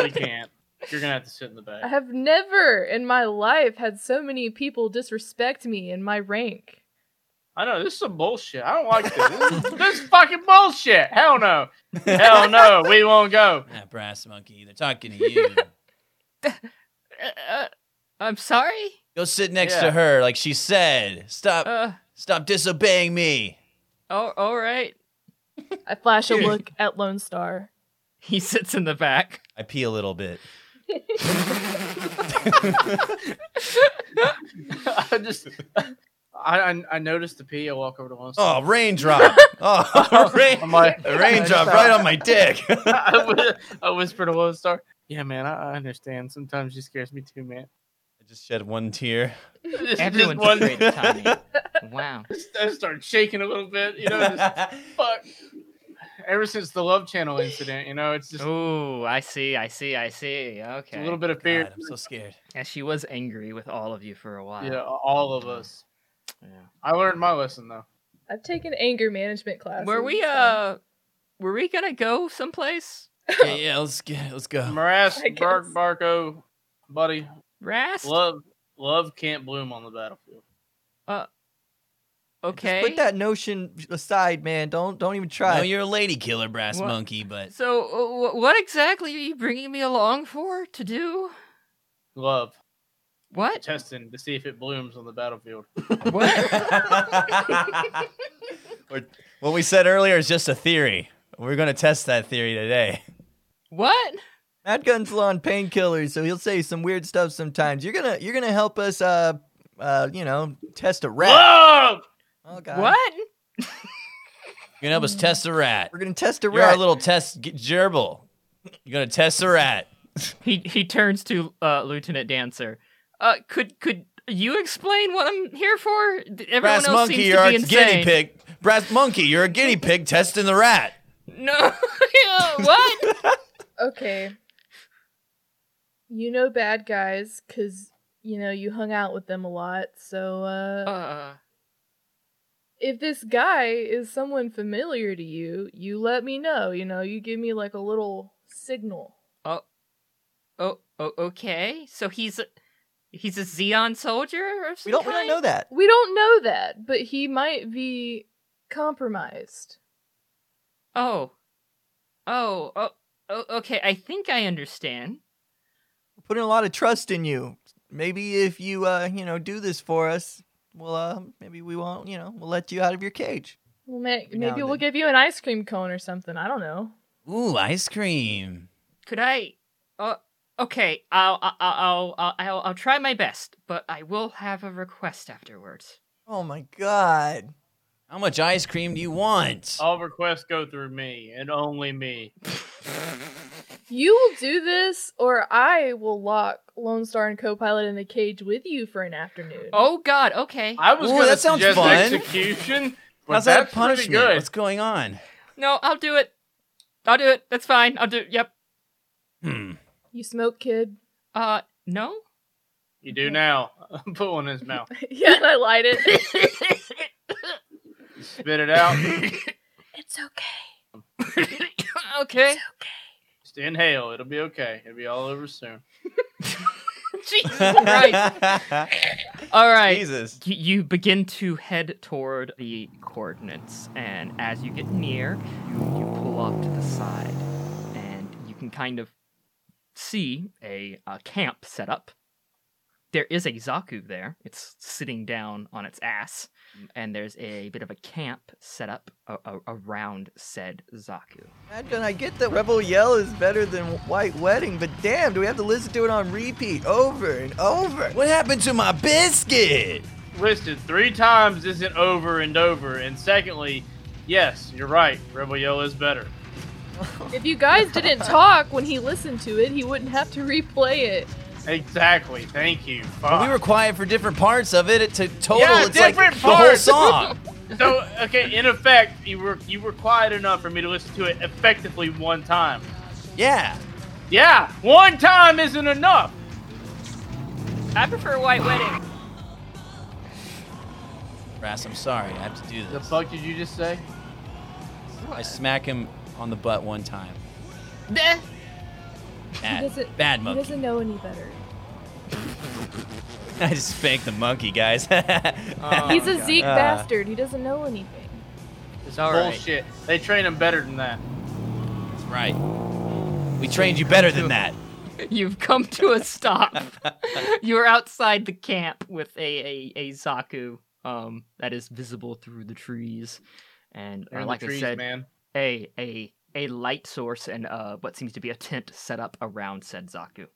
S7: You
S4: <laughs>
S7: can't. You're gonna have to sit in the back.
S8: I have never in my life had so many people disrespect me and my rank.
S7: I know this is some bullshit. I don't like this. This <laughs> is, this is fucking bullshit. Hell no. Hell no. We won't go. <laughs>
S4: That brass monkey. They're talking to you.
S3: Uh, uh, I'm sorry.
S4: Go sit next
S7: Yeah.
S4: to her, like she said. Stop.
S3: Uh,
S4: stop disobeying me.
S3: oh, all right. <laughs>
S8: I flash a look at Lone Star.
S3: He sits in the back.
S4: I pee a little bit.
S7: I just, I, I, I noticed the pee. I walk over to one side.
S4: Oh, raindrop. Oh, <laughs> rain,
S7: I'm like-
S4: a raindrop right on my dick.
S7: <laughs>
S4: <laughs>
S7: I, whi- I whisper to Lone Star. Yeah, man, I, I understand. Sometimes she scares me too, <laughs> man.
S4: I just shed one tear.
S7: Just- just
S3: Everyone's
S7: one-
S3: afraid of Tommy. <laughs> Wow.
S7: <laughs> I start shaking a little bit, you know. <laughs>
S4: <laughs>
S7: Just, fuck. Ever since the Love Channel incident, you know, it's just
S3: Oh, I see, I see, I see. Okay.
S7: a little bit of fear.
S4: God, I'm so scared.
S3: <laughs> And she was angry with all of you for a while.
S7: Yeah, all of us.
S3: Yeah.
S7: I learned my lesson though.
S8: I've taken anger management classes.
S3: Were we
S8: so-
S3: uh were we gonna go someplace?
S4: Yeah, yeah, let's get, let's go.
S7: Morass,
S8: I guess.
S7: Bark, Barco, buddy,
S3: Rast?
S7: love, love can't bloom on the battlefield.
S3: okay.
S1: Put that notion aside, man. Don't don't even try.
S4: No, you're a lady killer, brass
S3: What?
S4: monkey, but
S3: So uh, wh- what exactly are you bringing me along for to do?
S7: Love
S3: What?
S7: testing to see if it blooms on the battlefield.
S4: <laughs>
S3: What?
S4: Or- what we said earlier is just a theory. We're gonna test that theory today.
S3: what?
S1: Mad Gun's low on painkillers, so he'll say some weird stuff sometimes. You're gonna you're gonna help us, uh, uh, you know, test a rat.
S7: Love,
S1: Oh God.
S3: What?
S4: You're gonna help us test a rat.
S1: We're gonna test a
S4: You're our
S1: rat.
S4: little test g- gerbil. You're gonna test a rat.
S3: He he turns to uh, Lieutenant Dancer. Uh, could could you explain what I'm here for? Th- Everyone
S4: Brass
S3: else
S4: monkey,
S3: seems
S4: you're
S3: to
S4: our
S3: be
S4: guinea
S3: insane.
S4: pig. Brass monkey, you're a guinea pig testing the rat.
S3: No, <laughs> Yeah, what?
S8: Okay. You know bad guys because, you know, you hung out with them a lot. So, uh,
S3: uh,
S8: if this guy is someone familiar to you, you let me know. You know, you give me like a little signal.
S3: oh, oh, okay. So he's a, he's a Xeon soldier or some
S1: We don't we don't
S3: kind?
S1: know that.
S8: We don't know that, but he might be compromised.
S3: Oh, oh, oh, oh, okay. I think I understand.
S1: We're putting a lot of trust in you. Maybe if you uh, you know, do this for us, we'll uh, maybe we won't, you know, we'll let you out of your cage.
S8: Well, may-
S1: Now
S8: maybe
S1: and then.
S8: we'll give you an ice cream cone or something. I don't know.
S4: Ooh, ice cream.
S3: Could I? Uh, okay. I'll I'll I'll I'll, I'll, I'll try my best, but I will have a request afterwards.
S1: Oh my God.
S4: How much ice cream do you want?
S7: all requests go through me and only me.
S8: You will do this, or I will lock Lone Star and Copilot in the cage with you for an afternoon.
S3: Oh God. Okay.
S7: I was
S4: Ooh,
S7: gonna
S4: that sounds
S7: suggest
S4: fun.
S7: execution. but
S4: How's that
S7: that's pretty
S4: punishment?
S7: good.
S4: What's going on?
S3: No, I'll do it. I'll do it. That's fine. I'll do. Yep.
S7: <laughs>
S4: Hmm.
S8: You smoke, kid. <laughs>
S3: Uh, no.
S7: You do now. <laughs> Put one in his mouth.
S8: yeah, and I light it.
S7: Spit it out.
S8: it's okay.
S3: okay. <laughs>
S7: Just inhale. It'll be okay. It'll be all over soon.
S3: Jesus Christ.
S4: <laughs>
S3: All right.
S4: Jesus.
S3: Y- You begin to head toward the coordinates, and as you get near, you, you pull off to the side, and you can kind of see a, a camp set up. There is a Zaku there. It's sitting down on its ass, and there's a bit of a camp set up a- a- around said Zaku.
S1: Mad Gun, I get that Rebel Yell is better than White Wedding, but damn, do we have to listen to it on repeat over and over?
S4: What happened to my biscuit?
S7: Listed three times isn't over and over. And secondly, yes, you're right. Rebel Yell is better.
S8: If you guys didn't talk when he listened to it, he wouldn't have to replay it.
S7: Exactly. Thank you. Fuck.
S4: We were quiet for different parts of it. It took total.
S7: Ah. Yeah,
S4: it's like
S7: different
S4: the whole
S7: parts. <laughs>
S4: song.
S7: so okay. In effect, you were you were quiet enough for me to listen to it effectively one time.
S4: yeah.
S7: Yeah, one time isn't enough.
S3: I prefer White Wedding.
S4: Brass, I'm sorry. I have to do
S7: The
S4: this.
S7: fuck did you just say?
S4: I smack him on the butt one time.
S3: Meh.
S4: Bad, bad
S8: He
S4: monkey.
S8: doesn't know any better.
S4: <laughs> I just spanked the monkey, guys. <laughs>
S7: Oh.
S8: He's a Zeke
S4: Ah.
S8: bastard. He doesn't know anything.
S7: It's
S3: All right.
S7: bullshit. They train him better than that.
S4: That's right. We trained you better than that.
S3: You've come to a stop. You're outside the camp with a, a, a Zaku um, that is visible through the trees. And
S7: They're
S3: uh,
S7: in
S3: like
S7: the trees,
S3: I said,
S7: man.
S3: a a a light source and uh what seems to be a tent set up around said Zaku,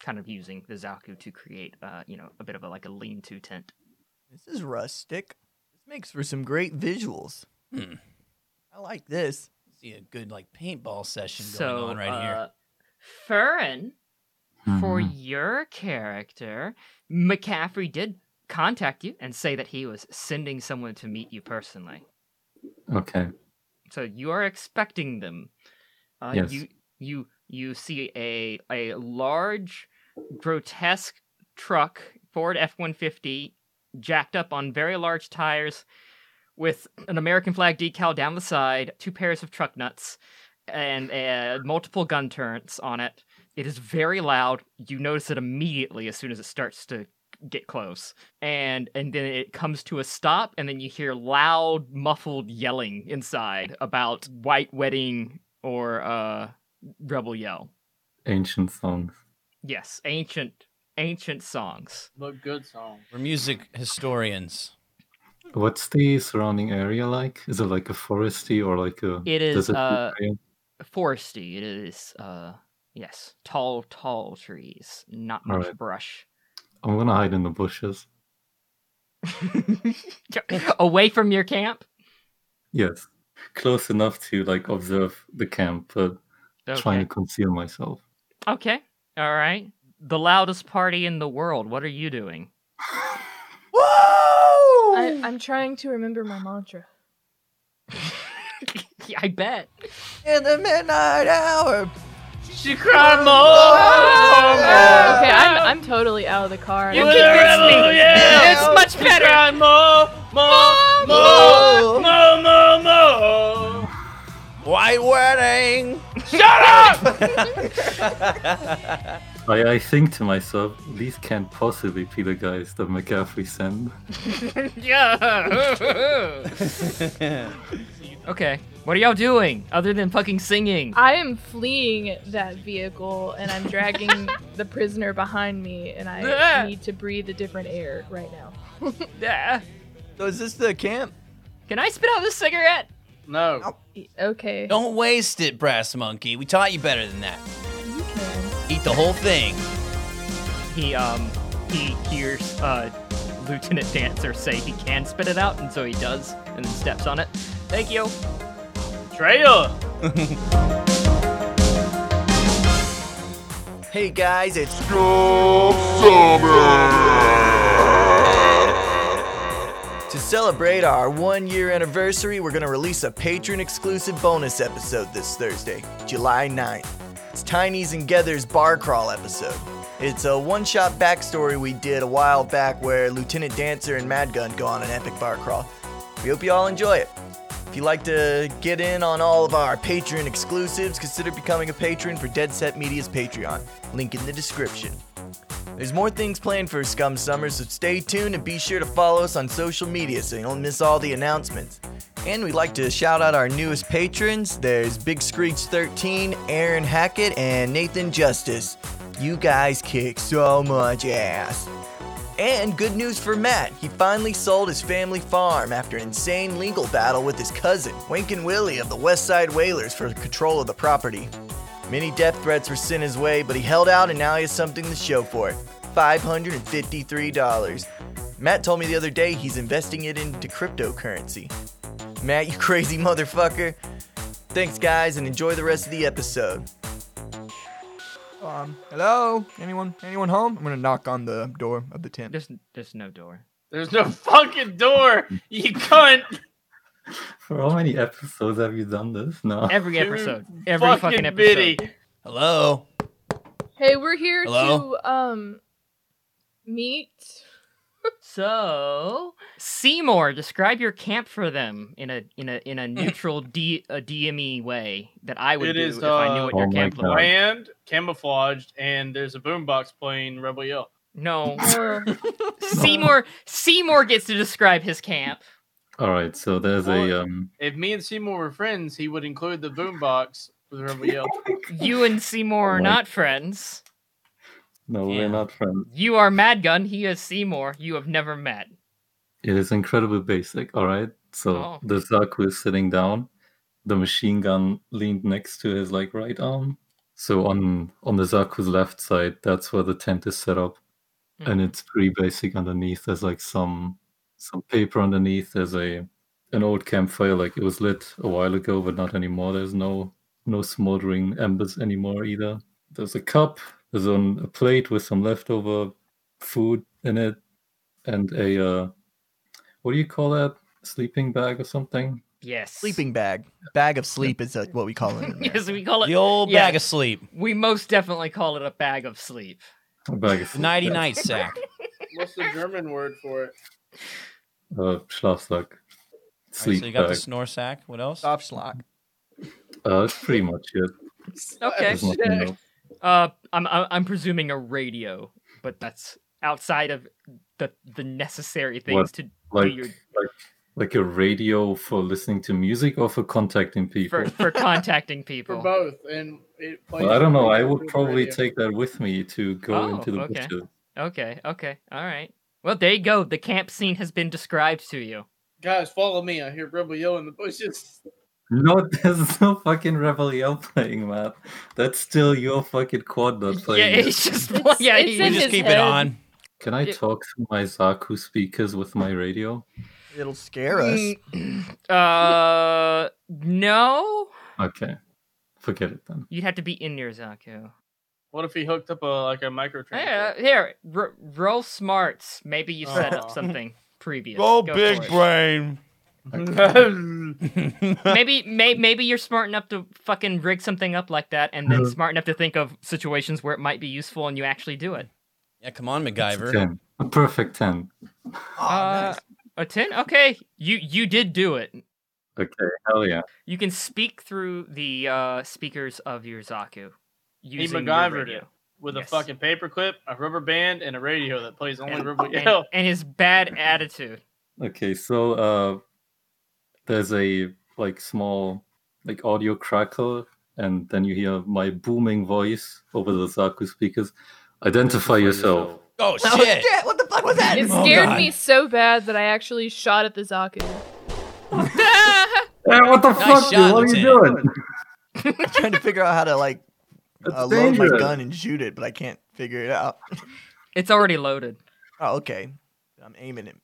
S3: kind of using the Zaku to create uh you know a bit of a like a lean-to tent.
S1: This is rustic. This makes for some great visuals.
S4: Hmm.
S1: I like this.
S4: See a good like paintball session going
S3: so
S4: on right here.
S3: uh, Furin, for
S5: Mm-hmm.
S3: your character, McCaffrey did contact you and say that he was sending someone to meet you personally.
S5: Okay.
S3: So you are expecting them. Uh,
S5: Yes.
S3: You you you see a a large, grotesque truck Ford F one fifty, jacked up on very large tires, with an American flag decal down the side, two pairs of truck nuts, and uh, multiple gun turrets on it. It is very loud. You notice it immediately as soon as it starts to get close and and then it comes to a stop and then you hear loud muffled yelling inside about white wedding or uh rebel yell
S5: Ancient songs.
S3: yes ancient ancient songs
S7: But good song.
S4: We're music historians.
S5: What's the surrounding area like? Is it like a foresty or like a
S3: It is,
S5: desert
S3: uh,
S5: area?
S3: foresty it is uh yes tall tall trees not much
S5: Alright.
S3: brush <laughs>
S5: I'm gonna hide in the bushes.
S3: away from your camp
S5: Yes. Close enough to like observe the camp, but trying
S3: okay
S5: to conceal myself.
S3: okay all right the loudest party in the world what are you doing <laughs>
S1: Whoa!
S8: I, I'm trying to remember my mantra.
S3: i bet
S1: In the midnight hour.
S7: She cried more.
S8: Okay, I'm, I'm totally out of the car.
S7: You
S8: I'm
S7: were a rebel, yeah.
S3: it's much
S7: She
S3: better
S7: cried more, more, more, more, more, more.
S4: White wedding.
S7: Shut up!
S5: I, I think to myself, these can't possibly be the guys that McCaffrey sent.
S3: yeah. <laughs> okay. What are y'all doing other than fucking singing?
S8: I am fleeing that vehicle and I'm dragging the prisoner behind me and I
S3: Yeah.
S8: need to breathe a different air right now.
S3: Yeah.
S1: So is this the camp?
S3: Uh, Can I spit out this cigarette?
S7: No.
S8: E- Okay.
S4: Don't waste it, brass monkey. We taught you better than that.
S8: You can.
S4: Eat the whole thing.
S3: He um he hears uh Lieutenant Dancer say he can spit it out, and so he does, and then steps on it. Thank you.
S7: Trail.
S1: Hey guys, it's To celebrate our one year anniversary, we're going to release a patron exclusive bonus episode this Thursday, July 9th. It's Tiny's and Gether's Bar Crawl episode. It's a one shot backstory we did a while back where Lieutenant Dancer and Mad Gun go on an epic bar crawl. We hope you all enjoy it. If you'd like to get in on all of our Patreon exclusives, consider becoming a patron for Dead Set Media's Patreon. Link in the description. There's more things planned for Scum Summer, so stay tuned and be sure to follow us on social media so you don't miss all the announcements. And we'd like to shout out our newest patrons. There's Big Screech 13, Aaron Hackett, and Nathan Justice. You guys kick so much ass. And good news for Matt. He finally sold his family farm after an insane legal battle with his cousin, Winkin Willie of the West Side Whalers, for control of the property. Many death threats were sent his way, but he held out and now he has something to show for it $553. Matt told me the other day he's investing it into cryptocurrency. Matt, <laughs> you crazy motherfucker. Thanks, guys, and enjoy the rest of the episode. Um, hello? Anyone? Anyone home? I'm gonna knock on the door of the tent.
S3: There's there's no door.
S7: There's no fucking door. You cunt.
S5: For how many episodes have you done this? No.
S3: Every
S7: Dude,
S3: episode. Every fucking, episode.
S7: bitty.
S4: Hello.
S8: Hey, we're here
S4: Hello?
S8: to um meet.
S3: So Seymour, describe your camp for them in a in a
S7: <laughs>
S3: in a neutral D a DME way that I would
S7: It
S3: do
S7: is,
S3: if I knew
S7: uh,
S3: what your
S5: Oh my
S3: camp looked
S5: God.
S3: like.
S7: Land camouflaged, and there's a boombox playing Rebel Yell.
S3: No.
S4: <laughs>
S8: Uh,
S3: <laughs> Seymour Seymour gets to describe his camp.
S5: All right. So there's a um.
S7: If me and Seymour were friends, he would include the boombox with Rebel Yell.
S3: You and Seymour are
S5: Like-
S3: not friends.
S5: No,
S4: Yeah.
S5: we're not friends.
S3: You are Madgun. He is Seymour. You have never met.
S5: It is incredibly basic. All right. So
S3: Oh.
S5: the Zaku is sitting down, the machine gun leaned next to his like right arm. So on on the Zaku's left side, that's where the tent is set up, and it's pretty basic underneath. There's like some some paper underneath. There's a an old campfire, like it was lit a while ago, but not anymore. There's no no smoldering embers anymore either. There's a cup. There's on a plate with some leftover food in it, and a uh, what do you call that? Sleeping bag or something?
S3: Yes. <laughs>
S1: Sleeping bag. Bag of sleep is uh, what we call it. in America.
S3: Yes, we call it.
S4: The old
S3: yeah,
S4: bag of sleep.
S3: We most definitely call it a bag of sleep.
S5: A bag of
S4: The nighty
S1: <laughs>
S4: night sack.
S7: <laughs> What's the German word for it?
S5: Uh, Schlafsack.
S4: Alright,
S5: Sleep
S4: so you got the
S5: bag.
S4: snore sack. What else?
S1: Soft schlock.
S5: Uh, that's pretty much it.
S3: Okay.
S5: There's nothing else.
S3: Uh, I'm I'm I'm presuming a radio, but that's outside of the the necessary things
S5: What?
S3: to
S5: Like,
S3: do your
S5: like, like a radio for listening to music or for contacting people.
S3: for
S5: <laughs>
S3: for contacting
S7: For
S3: people.
S7: both, and it plays.
S5: Well, I don't know. I would
S7: through the
S5: probably
S7: radio.
S5: take that with me to go
S3: Oh,
S5: into the
S3: okay.
S5: picture.
S3: Okay, okay, all right. Well, there you go. The camp scene has been described to you.
S7: Guys, follow me. I hear Rebel Yell in the bushes.
S5: No, <laughs> there's no fucking Rebel Yell playing, man. That's still your fucking quad not
S3: yeah, <laughs>
S5: playing. it.
S3: it's just yeah.
S9: it's
S3: he-
S4: We
S9: in
S4: just
S9: his
S4: keep it
S9: head.
S4: on.
S5: Can I
S3: Yeah.
S5: talk through my Zaku speakers with my radio?
S1: It'll scare us.
S4: Mm,
S3: Mm. uh, no.
S5: Okay. Forget it then.
S3: You'd have to be in your Zaku.
S7: What if he hooked up a like a micro
S3: Yeah, uh, here, r- roll smarts. Maybe you set
S7: Aw.
S3: up something previous.
S4: Go
S3: for
S4: big
S3: it.
S4: brain.
S7: <laughs>
S3: maybe may, maybe you're smart enough to fucking rig something up like that and then smart enough to think of situations where it might be useful and you actually do it.
S4: Yeah, come on,
S5: It's a
S4: MacGyver.
S5: 10. A perfect 10.
S3: uh, A 10? Okay. You you did do it.
S5: Okay, hell yeah.
S3: You can speak through the uh, speakers of your Zaku. Using your
S7: MacGyvered
S3: radio.
S7: it. With
S3: Yes.
S7: a fucking paperclip, a rubber band, and a radio that plays only Oh.
S3: And,
S7: Rebel <laughs>
S3: and,
S7: Yell.
S3: and his bad attitude.
S5: Okay, so uh there's a like small like audio crackle and then you hear my booming voice over the Zaku speakers. Identify yourself.
S1: <laughs>
S4: Oh
S1: <laughs> Oh,
S4: shit!
S1: shit, What the fuck was that?
S8: It
S4: Oh,
S8: scared
S4: God.
S8: me so bad that I actually shot at the Zaku. <laughs>
S5: Eh, what the
S4: Nice
S5: fuck,
S4: shot,
S5: dude? What are you
S4: Lieutenant.
S5: doing?
S1: trying to figure out how to like
S5: <laughs> That's
S1: uh, load my
S5: dangerous.
S1: gun and shoot it, but I can't figure it out.
S3: It's already loaded.
S1: Oh, okay. I'm aiming it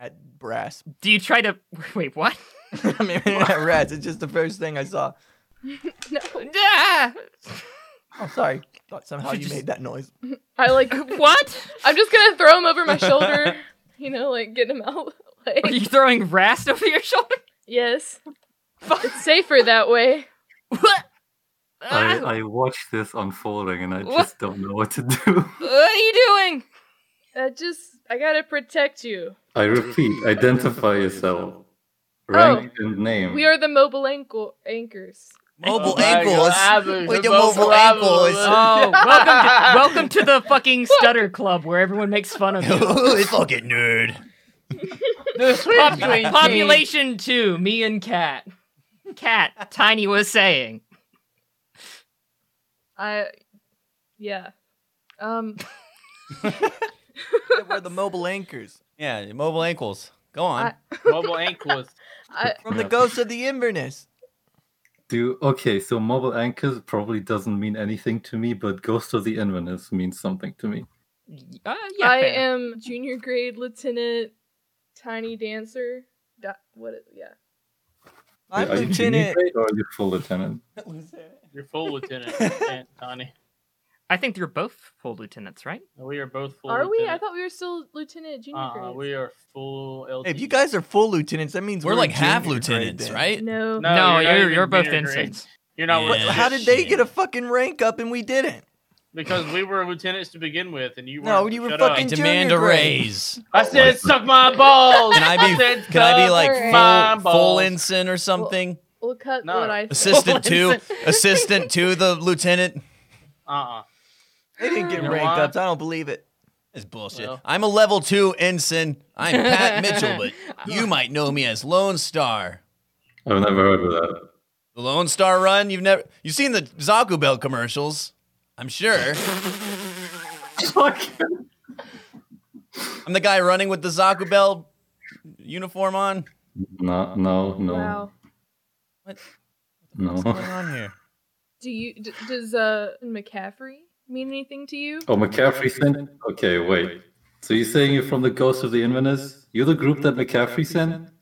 S1: at brass. <laughs>
S3: Do you try to <laughs> wait? What?
S1: I'm aiming it at rats. It's just the first thing I saw.
S3: Ah!
S1: Oh, sorry. Thought somehow
S3: You
S1: you,
S3: just-
S1: made that
S4: <laughs>
S1: noise.
S8: I like.
S3: what?
S8: I'm just gonna throw him over my
S4: <laughs>
S8: shoulder. You know, like get him out. <laughs>
S3: Are
S8: Like,
S3: you throwing Rast over your shoulder?
S8: yes, it's safer that way.
S3: What?
S5: I,
S3: Ah,
S5: I watched this unfolding and I
S3: What?
S5: just don't know what to do.
S3: <laughs>
S5: <laughs>
S3: what are you doing?
S8: I just, I gotta protect you.
S5: I repeat, identify yourself. Rank and name.
S8: We are the mobile ankle anchors.
S4: Mobile
S7: Oh my
S4: ankles. <laughs>
S7: God, the
S1: With your mobile ankles.
S3: <laughs> Oh, welcome to, welcome to the fucking stutter club where everyone makes fun of
S4: <laughs>
S3: you.
S4: Holy fucking nerd.
S7: The
S3: Pop- <laughs>
S7: switch between teams.
S3: population two, me and Cat. Cat, Tiny was saying.
S8: I, yeah. Um,
S1: We're the mobile anchors
S4: Yeah, mobile ankles. Go on.
S8: I-
S7: Mobile ankles.
S8: I,
S1: from the
S5: Yeah.
S1: ghosts of the Inverness.
S5: Do okay, so mobile anchors probably doesn't mean anything to me, but Ghost of the Inverness means something to me.
S3: Uh, <laughs> yeah,
S8: I
S3: fair.
S8: am junior grade lieutenant, tiny dancer. Da- what? Is, yeah.
S1: I'm
S5: Are you junior
S1: Lieutenant.
S4: <laughs>
S5: grade or are you full lieutenant?
S7: You're full lieutenant, Aunt Tani.
S3: I think you're both full lieutenants, right?
S7: We are both full.
S8: Are we? I
S7: lieutenant.
S8: thought we were still lieutenant junior
S7: Uh,
S8: grade.
S7: we are full. E. LT.
S1: Hey, if you guys are full lieutenants, that means
S4: We're
S1: we're,
S4: like half
S1: junior grade
S4: lieutenants,
S1: then.
S4: right?
S8: No.
S7: No, you're not
S3: you're,
S7: even
S3: you're both
S7: junior grade.
S3: ensigns.
S7: You're not.
S4: Yeah.
S7: worth
S1: What,
S7: it.
S1: how did they
S4: Shit.
S1: get a fucking rank up and we didn't?
S7: Because we were lieutenants to begin with, and you were.
S1: No, you were
S7: Shut
S4: I
S1: fucking-
S7: Up.
S4: demand
S1: junior
S4: a
S1: grade.
S4: raise.
S7: I said, "Suck my balls."
S4: Can I be?
S7: said,
S4: Can I be
S8: cover my
S4: like full, full
S7: balls.
S4: ensign or something?
S8: We'll cut
S7: No.
S8: what I said.
S4: Assistant to assistant to the lieutenant.
S7: Uh-uh.
S1: They didn't get
S7: You know
S1: rank
S7: why?
S1: ups. I don't believe it.
S4: That's bullshit.
S7: Well.
S4: I'm a level two ensign. I'm Pat Mitchell, but you might know me as Lone Star.
S5: I've never heard of that.
S4: The Lone Star Run. You've never. You've seen the Zaku Bell commercials. I'm sure. I'm the guy running with the Zaku Bell uniform on.
S5: No, no, no.
S8: Wow.
S5: No.
S4: What's going on here?
S8: Do you d- does uh McCaffrey mean anything to you?
S5: Oh, McCaffrey sent? Okay, wait. So you're saying you're from the Ghost of the Inverness? You're the group that McCaffrey sent?
S3: <laughs>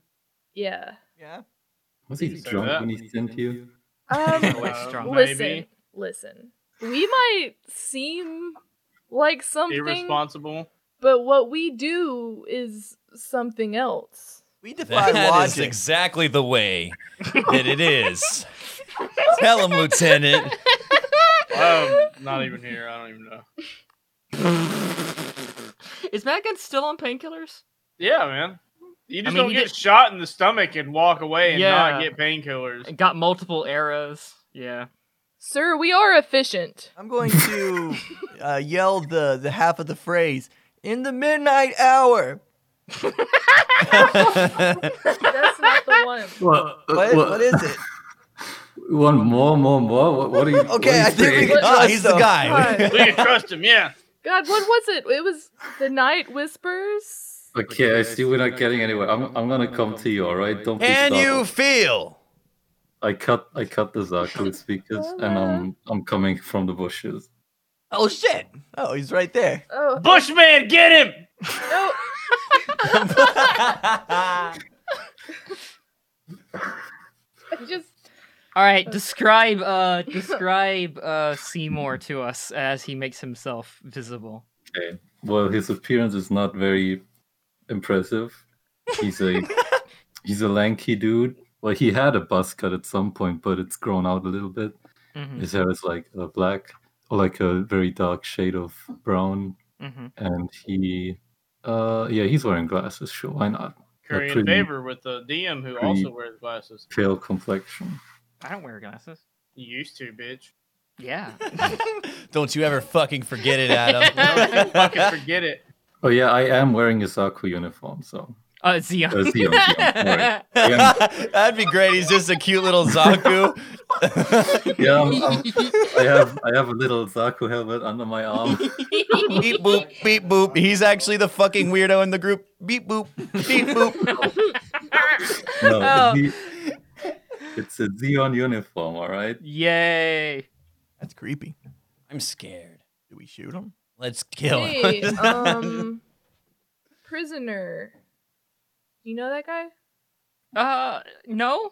S8: Yeah.
S1: Yeah.
S5: Was he
S7: Sorry,
S5: drunk
S7: that-
S5: when he sent you?
S8: Um,
S3: Always strong.
S8: listen,
S7: Uh, maybe.
S8: listen. We might seem like something,
S7: Irresponsible.
S8: but what we do is something else.
S1: We defy
S4: That is
S1: logic.
S4: exactly the way that it is. Tell him, Lieutenant.
S7: I'm Um, not even here. I don't even know.
S3: Is Megan still on painkillers?
S7: Yeah, man. You just
S3: mean,
S7: don't
S3: you
S7: get
S3: get-
S7: shot in the stomach and walk away and not
S3: Yeah.
S7: get painkillers.
S3: Got multiple arrows. Yeah.
S8: Sir, we are efficient.
S1: I'm going to uh, yell the, the half of the phrase in the midnight hour.
S8: That's not the one.
S5: What?
S1: What, what is it?
S5: You want more, more, more? What, <laughs> what are you? what
S1: Okay,
S5: are you
S1: I think we
S5: saying?
S1: can
S4: Ah,
S1: trust
S4: he's the
S1: him. <laughs>
S4: guy.
S7: we can trust him, yeah.
S8: <laughs> God, what was it? It was the night whispers.
S5: Okay, I see we're not getting anywhere. I'm, I'm gonna come to you, all right? Don't be
S4: Can
S5: startled.
S4: you feel? <laughs>
S5: I cut I cut the Zarkul speakers, and I'm I'm coming from the bushes.
S1: Oh, shit. Oh, he's right there.
S8: Oh
S7: Bushman, get him!
S8: no! I just
S3: All right. Describe. <laughs> Uh. Describe. Uh. Seymour to us as he makes himself visible.
S5: Okay. Well, his appearance is not very impressive. He's a he's a lanky dude. Well, he had a buzz cut at some point, but it's grown out a little bit.
S3: Mm-hmm.
S5: His hair is like uh, black or like a very dark shade of brown,
S3: Mm-hmm.
S5: and he, uh, yeah, he's wearing glasses. Sure, why not? A
S7: Currying
S5: pretty
S7: favor with the DM who
S5: pretty-
S7: also wears glasses.
S5: pale complexion.
S3: I don't wear glasses.
S7: You used to, <laughs> bitch.
S3: <laughs> Yeah.
S4: Don't you ever fucking forget it,
S3: Oh, <laughs>
S4: Adam. <laughs>
S7: Fucking forget it.
S5: Oh yeah, I am wearing a Zaku uniform, so
S3: Uh. Zeon.
S5: Uh, Zeon, Zeon,
S3: <laughs>
S5: right. Yeah,
S4: That'd be great. He's just a cute little Zaku.
S1: <laughs>
S5: yeah, I'm- I'm- I have I have a little Zaku helmet under my arm.
S4: <laughs> beep boop, beep boop. He's actually the fucking weirdo in the group. Beep boop, beep boop.
S5: No,
S3: Oh.
S5: he- it's a Xeon uniform, all
S3: <laughs>
S5: right?
S3: Yay.
S1: <laughs> That's creepy.
S4: I'm scared.
S1: Do we shoot him?
S4: Let's kill him.
S8: Hey, um, prisoner. You know that guy?
S3: Uh. No.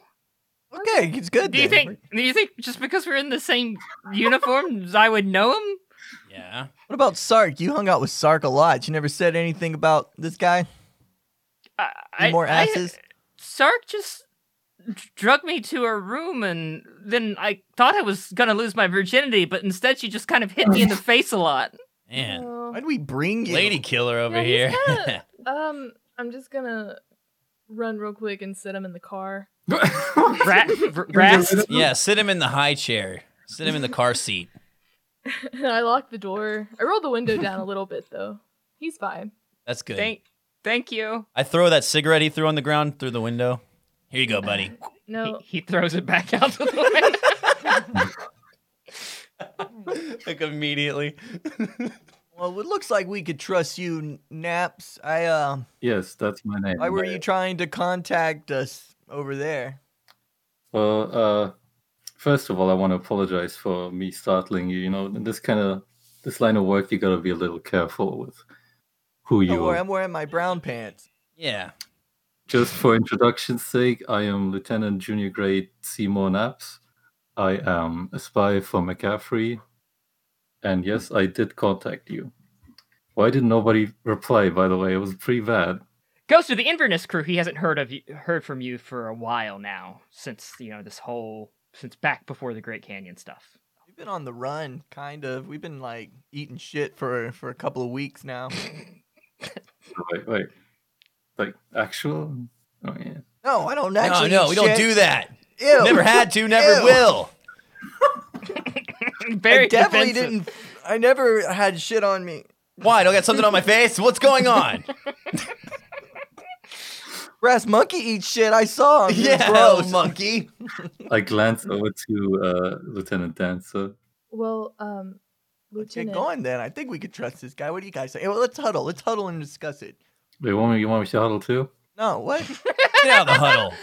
S1: Okay, it's good.
S3: Do you
S1: then.
S3: think? Do you think just because we're in the same uniform, I would know him?
S4: <laughs> yeah.
S1: What about Sark? You hung out with Sark a lot. You never said anything about this guy.
S3: I,
S1: Any
S3: I-
S1: more
S3: I-
S1: asses?
S3: Sark just d- drug me to her room, and then I thought I was gonna lose my virginity, but instead she just kind of hit me in the face a lot.
S4: Man.
S8: Oh,
S1: Why'd we bring you?
S4: Lady killer over
S8: Yeah,
S4: here.
S8: he's
S4: <laughs>
S8: kinda- um, I'm just gonna run real quick and set him in the car. <laughs>
S3: Bra- br- brass.
S4: yeah, sit him in the high chair. Sit him in the car seat.
S8: I locked the door. I rolled the window down a little bit though. He's fine.
S4: That's good.
S3: Thank, thank you.
S4: I throw that cigarette he threw on the ground through the window. Here you go, buddy. <laughs>
S3: He,
S8: No,
S3: he throws it back out of the window.
S4: <laughs> like immediately.
S1: Well, it looks like we could trust you, Naps. I uh,
S5: Yes, that's my name.
S1: why were you trying to contact us over there?
S5: Well, uh, first of all, I want to apologize for me startling you. You know, in this kind of this line of work, you gotta be a little careful with who
S1: Don't
S5: you
S1: worry,
S5: are.
S1: I'm wearing my brown pants.
S4: Yeah.
S5: Just for introduction's sake, I am Lieutenant Junior Grade Seymour Naps. I am a spy for McCaffrey, and yes, I did contact you. Why did nobody reply? By the way, it was pretty bad.
S3: Ghost of the Inverness crew. He hasn't heard of you, heard from you for a while now, since you know this whole since back before the Great Canyon stuff.
S1: We've been on the run, kind of. We've been like eating shit for for a couple of weeks now.
S5: Wait, wait, like actual? Oh yeah.
S1: No, I don't actually.
S4: no, no,
S1: eat
S4: we don't
S1: shit.
S4: do that.
S1: Ew.
S4: Never had to, never
S1: Ew.
S4: will.
S1: <laughs>
S3: Very
S1: I definitely
S3: defensive.
S1: didn't. I never had shit on me.
S4: Why? Do I got <laughs> something on my <laughs> face? What's going on?
S1: Brass monkey eats shit. I saw him. He was
S4: yeah, oh,
S1: gross.
S4: monkey.
S5: I glance over to uh, Lieutenant Dancer.
S8: well, um,
S1: Let's get
S8: Lieutenant.
S1: going then. I think we could trust this guy. What do you guys say? Hey, well, let's huddle. Let's huddle and discuss it.
S5: Wait, want me, you want me to huddle too?
S1: No, what?
S4: Get out of the huddle.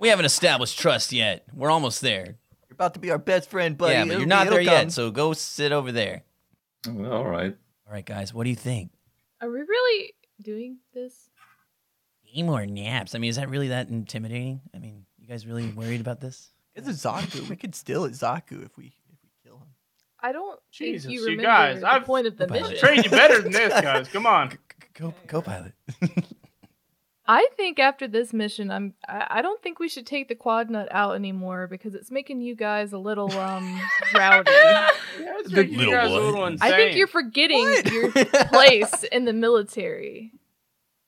S4: We haven't established trust yet. We're almost there.
S1: You're about to be our best friend, buddy.
S4: yeah, but
S1: It'll
S4: you're
S1: be-
S4: not
S1: it'll
S4: there yet.
S1: come.
S4: So go sit over there.
S5: Well, all right.
S4: All right, guys. What do you think?
S8: Are we really doing this?
S4: Any more naps? I mean, is that really that intimidating? I mean, you guys really worried about this?
S1: It's a Zaku. We could steal a Zaku if we if we kill him.
S8: I don't
S7: Jesus,
S8: think you
S7: you
S8: remember
S7: guys,
S8: the
S7: I've
S8: point of the
S4: Goodbye.
S8: mission.
S4: <laughs>
S7: Trained you better than this, guys. Come on.
S4: Co pilot.
S8: I think after this mission, I'm. I I don't think we should take the quad nut out anymore because it's making you guys a little
S7: <laughs>
S8: um rowdy.
S7: <laughs> Yeah, it's making you
S4: little
S7: guys a
S4: one.
S7: little
S8: I
S7: insane.
S8: think you're forgetting your place in the military.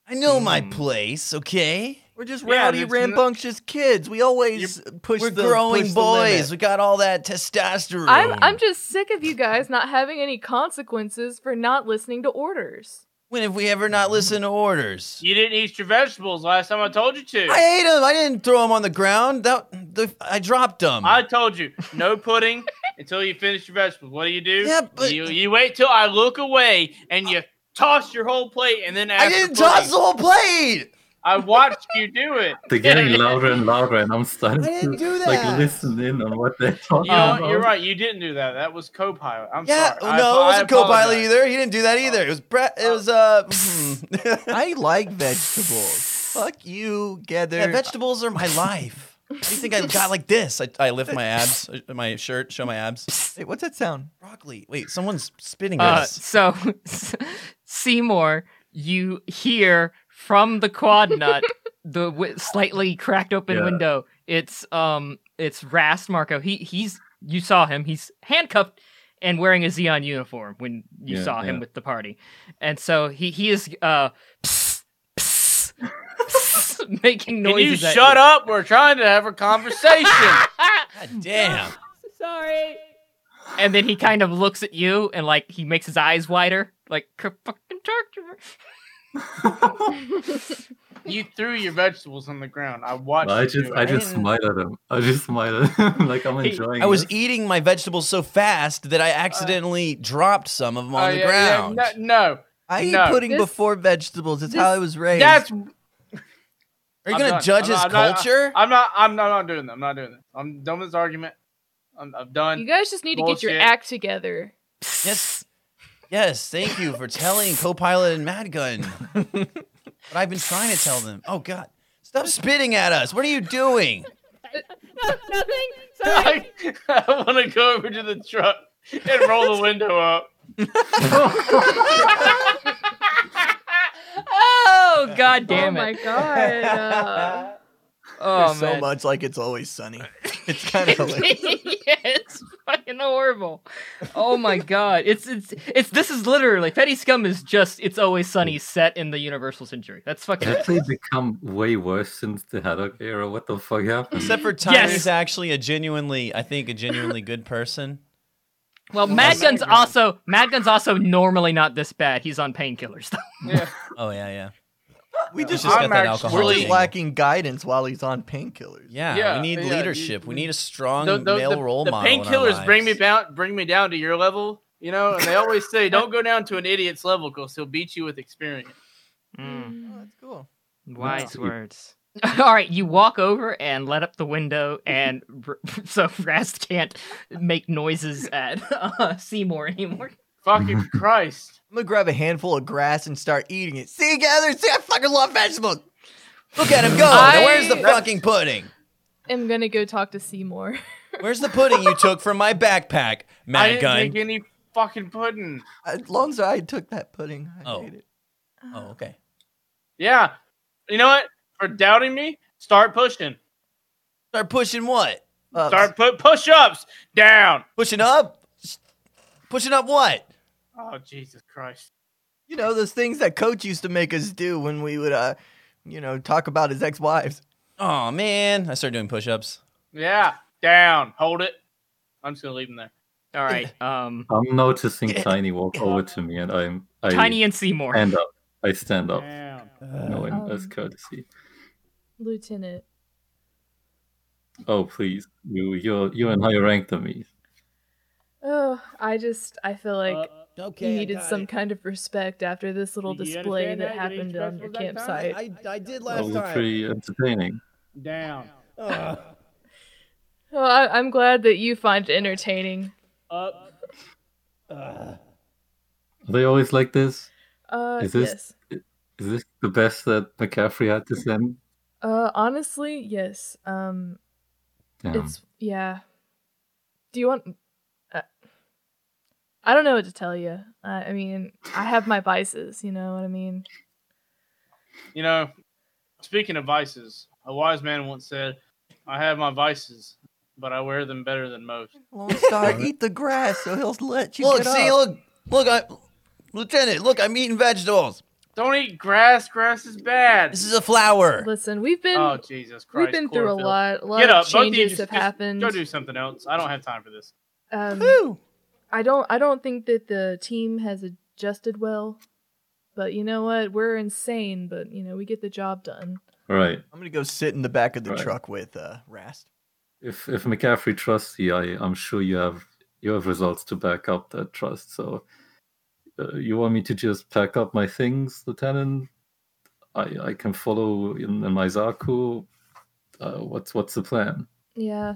S4: I know my
S1: Hmm.
S4: place, okay?
S1: We're just
S7: Yeah,
S1: rowdy,
S7: that's n-
S1: rambunctious kids. We always push
S4: We're
S1: the
S4: growing
S1: push the
S4: boys.
S1: limit.
S4: we got all that testosterone.
S8: I'm I'm just sick of you guys not having any consequences for not listening to orders.
S4: When have we ever not listened to orders?
S7: You didn't eat your vegetables last time I told you to.
S4: I ate them. I didn't throw them on the ground. That the, I dropped them.
S7: I told you <laughs> no pudding until you finish your vegetables. What do you do?
S4: Yeah, but-
S7: you, you wait till I look away and you toss your whole plate and then
S4: I
S7: after
S4: didn't
S7: pudding.
S4: toss the whole plate.
S7: I watched you do it.
S5: They're getting louder and louder, and I'm starting
S4: I didn't
S5: to
S4: do
S5: like
S4: that.
S5: listen in on what they're talking
S7: You know,
S5: about.
S7: you're right. You didn't do that. That was co-pilot. I'm
S4: yeah,
S7: sorry. I
S4: no, it
S7: apo- I
S4: wasn't co-pilot
S7: apologize.
S4: either. He didn't do that either. It was Brett. It was uh. <laughs> hmm.
S1: I like vegetables. Fuck you, Gather.
S4: yeah, vegetables are my life. What do you think I got like this? I, I lift my abs, uh, my shirt, show my abs.
S1: Hey, what's that sound?
S4: Broccoli. Wait, someone's spitting
S3: Uh,
S4: us.
S3: so, <laughs> Seymour, you hear from the quad nut the w- slightly cracked open
S5: Yeah.
S3: window. It's um, it's Rast Marco. He he's you saw him. He's handcuffed and wearing a Xeon uniform when you
S5: Yeah,
S3: saw him
S5: yeah.
S3: with the party, and so he he is uh, <laughs> making
S7: Can you
S3: noises.
S7: shut up? We're trying to have a
S4: <laughs>
S7: conversation.
S4: God damn.
S9: Sorry.
S3: <laughs> And then he kind of looks at you and like he makes his eyes wider, like "K- fucking <laughs> torture.
S7: you threw your vegetables on the ground. I watched.
S5: I
S7: you
S5: just
S7: do
S5: I
S7: it.
S5: just
S4: didn't-
S5: smile at him. I just smile at him <laughs> like I'm enjoying.
S4: I was e
S5: this.
S4: eating my vegetables so fast that I accidentally dropped some of them on
S7: Oh,
S4: the
S7: yeah, yeah,
S4: ground.
S7: no, no.
S1: I
S7: No.
S1: eat pudding
S8: This-
S1: before vegetables. It's how I was raised.
S7: that's.
S4: Are you
S7: I'm
S4: going to
S7: done.
S4: judge
S7: I'm
S4: his
S7: not- I'm not-
S4: culture?
S7: I'm not. I'm not, I'm not doing that. I'm not doing that. I'm done with this argument. I'm, I'm done. <laughs>
S8: You guys just need to get your
S7: Bullshit.
S8: act together.
S4: yes. Yes, thank you for telling Copilot and Mad Gun. but I've been trying to tell them. Oh, God. Stop spitting at us. What are you doing?
S9: No, nothing. Sorry.
S7: I, want to go over to the truck and
S4: <laughs>
S7: roll the window up.
S3: <laughs> Oh god damn
S8: oh my
S3: it.
S7: <laughs>
S8: god! Uh,
S3: Oh
S1: so
S3: man.
S1: much like it's always sunny. It's kind of like
S3: yeah, <laughs> it's fucking horrible. Oh my god. It's it's it's this is literally Fetty Scum is just it's always sunny set in the Universal Century. That's <laughs> fucking
S5: Have they become way worse since the Haddock era? What the fuck happened?
S4: Except for
S3: Yes.
S4: Tiny's actually a genuinely, I think, a genuinely good person.
S3: Well, Mad Gun's also Mad Gun's also normally not this bad. He's on painkillers though.
S7: Yeah.
S4: Oh, yeah, yeah.
S1: we just,
S4: just got
S7: I'm
S4: that
S7: actually-
S4: alcohol.
S1: we're just
S4: thing.
S1: lacking guidance while he's on painkillers.
S4: Yeah,
S7: Yeah,
S4: we need
S7: yeah, you-
S4: leadership. we need a strong
S7: The, the,
S4: male
S7: the,
S4: role
S7: the
S4: model. in our
S7: painkillers bring me
S4: lives.
S7: down, bring me down to your level. You know, and they always
S4: <laughs>
S7: say, "Don't go down to an idiot's level, because he'll beat you with experience." Hmm.
S1: Oh, that's cool.
S3: Hmm. Wise
S5: Sweet.
S3: words. <laughs> All right, you walk over and let up the window, and r- <laughs> so Rast can't make noises at <laughs> uh, Seymour anymore.
S5: <laughs>
S7: Fucking Christ!
S1: I'm gonna grab a handful of grass and start eating it. See, gather. See, I fucking love vegetables.
S4: Look at him go.
S8: I-
S4: Where's the fucking pudding?
S8: I'm gonna go talk to Seymour.
S4: Where's the pudding you took from my
S7: <laughs>
S4: backpack,
S7: I
S4: Mad
S7: didn't
S4: Gun?
S7: take any fucking pudding.
S1: As long as I took that pudding, I
S4: Oh.
S1: ate it.
S4: Oh, okay.
S7: Yeah, you know what? For doubting me, start pushing.
S4: Start pushing what?
S1: Uh,
S7: Start put push-ups down.
S4: Pushing up? Pushing up what?
S7: Oh Jesus Christ!
S1: You know those things that Coach used to make us do when we would, uh, you know, talk about his ex-wives.
S4: Oh man, I started doing push-ups.
S7: Yeah, down. Hold it. I'm just gonna leave him there.
S3: All
S1: <laughs>
S3: right, um,
S5: I'm noticing Tiny walk over to me, and I'm I
S3: Tiny and Seymour.
S5: stand up. I stand up,
S7: Down.
S5: knowing
S8: Um,
S5: as courtesy.
S8: Lieutenant,
S5: Oh please, you you're you're in higher rank than me.
S8: oh, I just I feel like
S7: Uh,
S10: Okay.
S8: you
S10: I
S8: needed
S10: got
S8: some
S10: it.
S8: kind of respect after this little
S7: Do you
S8: display
S7: understand
S8: that
S7: that? You need
S8: happened on
S7: respect
S8: your
S7: for that
S8: campsite.
S10: I, I did
S5: That
S10: last
S5: was
S10: time.
S5: pretty entertaining.
S7: Down.
S4: Ah.
S8: Well, I- I'm glad that you find it entertaining.
S10: Up.
S5: They always like this.
S8: Uh,
S5: Is this-
S8: yes.
S5: Is this the best that McCaffrey had to send?
S8: Uh, honestly, yes. Um,
S5: Damn.
S8: it's yeah. Do you want? Uh, I don't know what to tell you. Uh, I mean, I have my vices. You know what I mean?
S7: You know, speaking of vices, a wise man once said, I have my vices, but I wear them better than most.
S11: Lone Star, eat the grass so he'll let you
S4: Look,
S11: get
S4: see,
S11: up.
S4: look, look, I, Lieutenant, look, I'm eating vegetables.
S7: Don't eat grass. Grass is bad.
S4: This is a flower.
S8: Listen, we've been
S7: Oh, Jesus
S8: we've
S7: Christ.
S8: been through a
S7: chlorophyll.
S8: lot. A lot
S7: Get up.
S8: of
S7: Both of you
S8: changes
S7: just,
S8: have
S7: just
S8: happened.
S7: Go do something else. I don't have time for this.
S8: Um,
S11: Whew.
S8: I don't I don't think that the team has adjusted well. But you know what? We're insane, but you know, we get the job done.
S5: Right.
S1: I'm gonna go sit in the back of the
S5: Right.
S1: truck with uh, Rast.
S5: If if McCaffrey trusts you, I, I'm sure you have you have results to back up that trust. So uh, you want me to just pack up my things, Lieutenant? I I can follow in, in my Zaku. Uh, what's what's the plan?
S8: Yeah.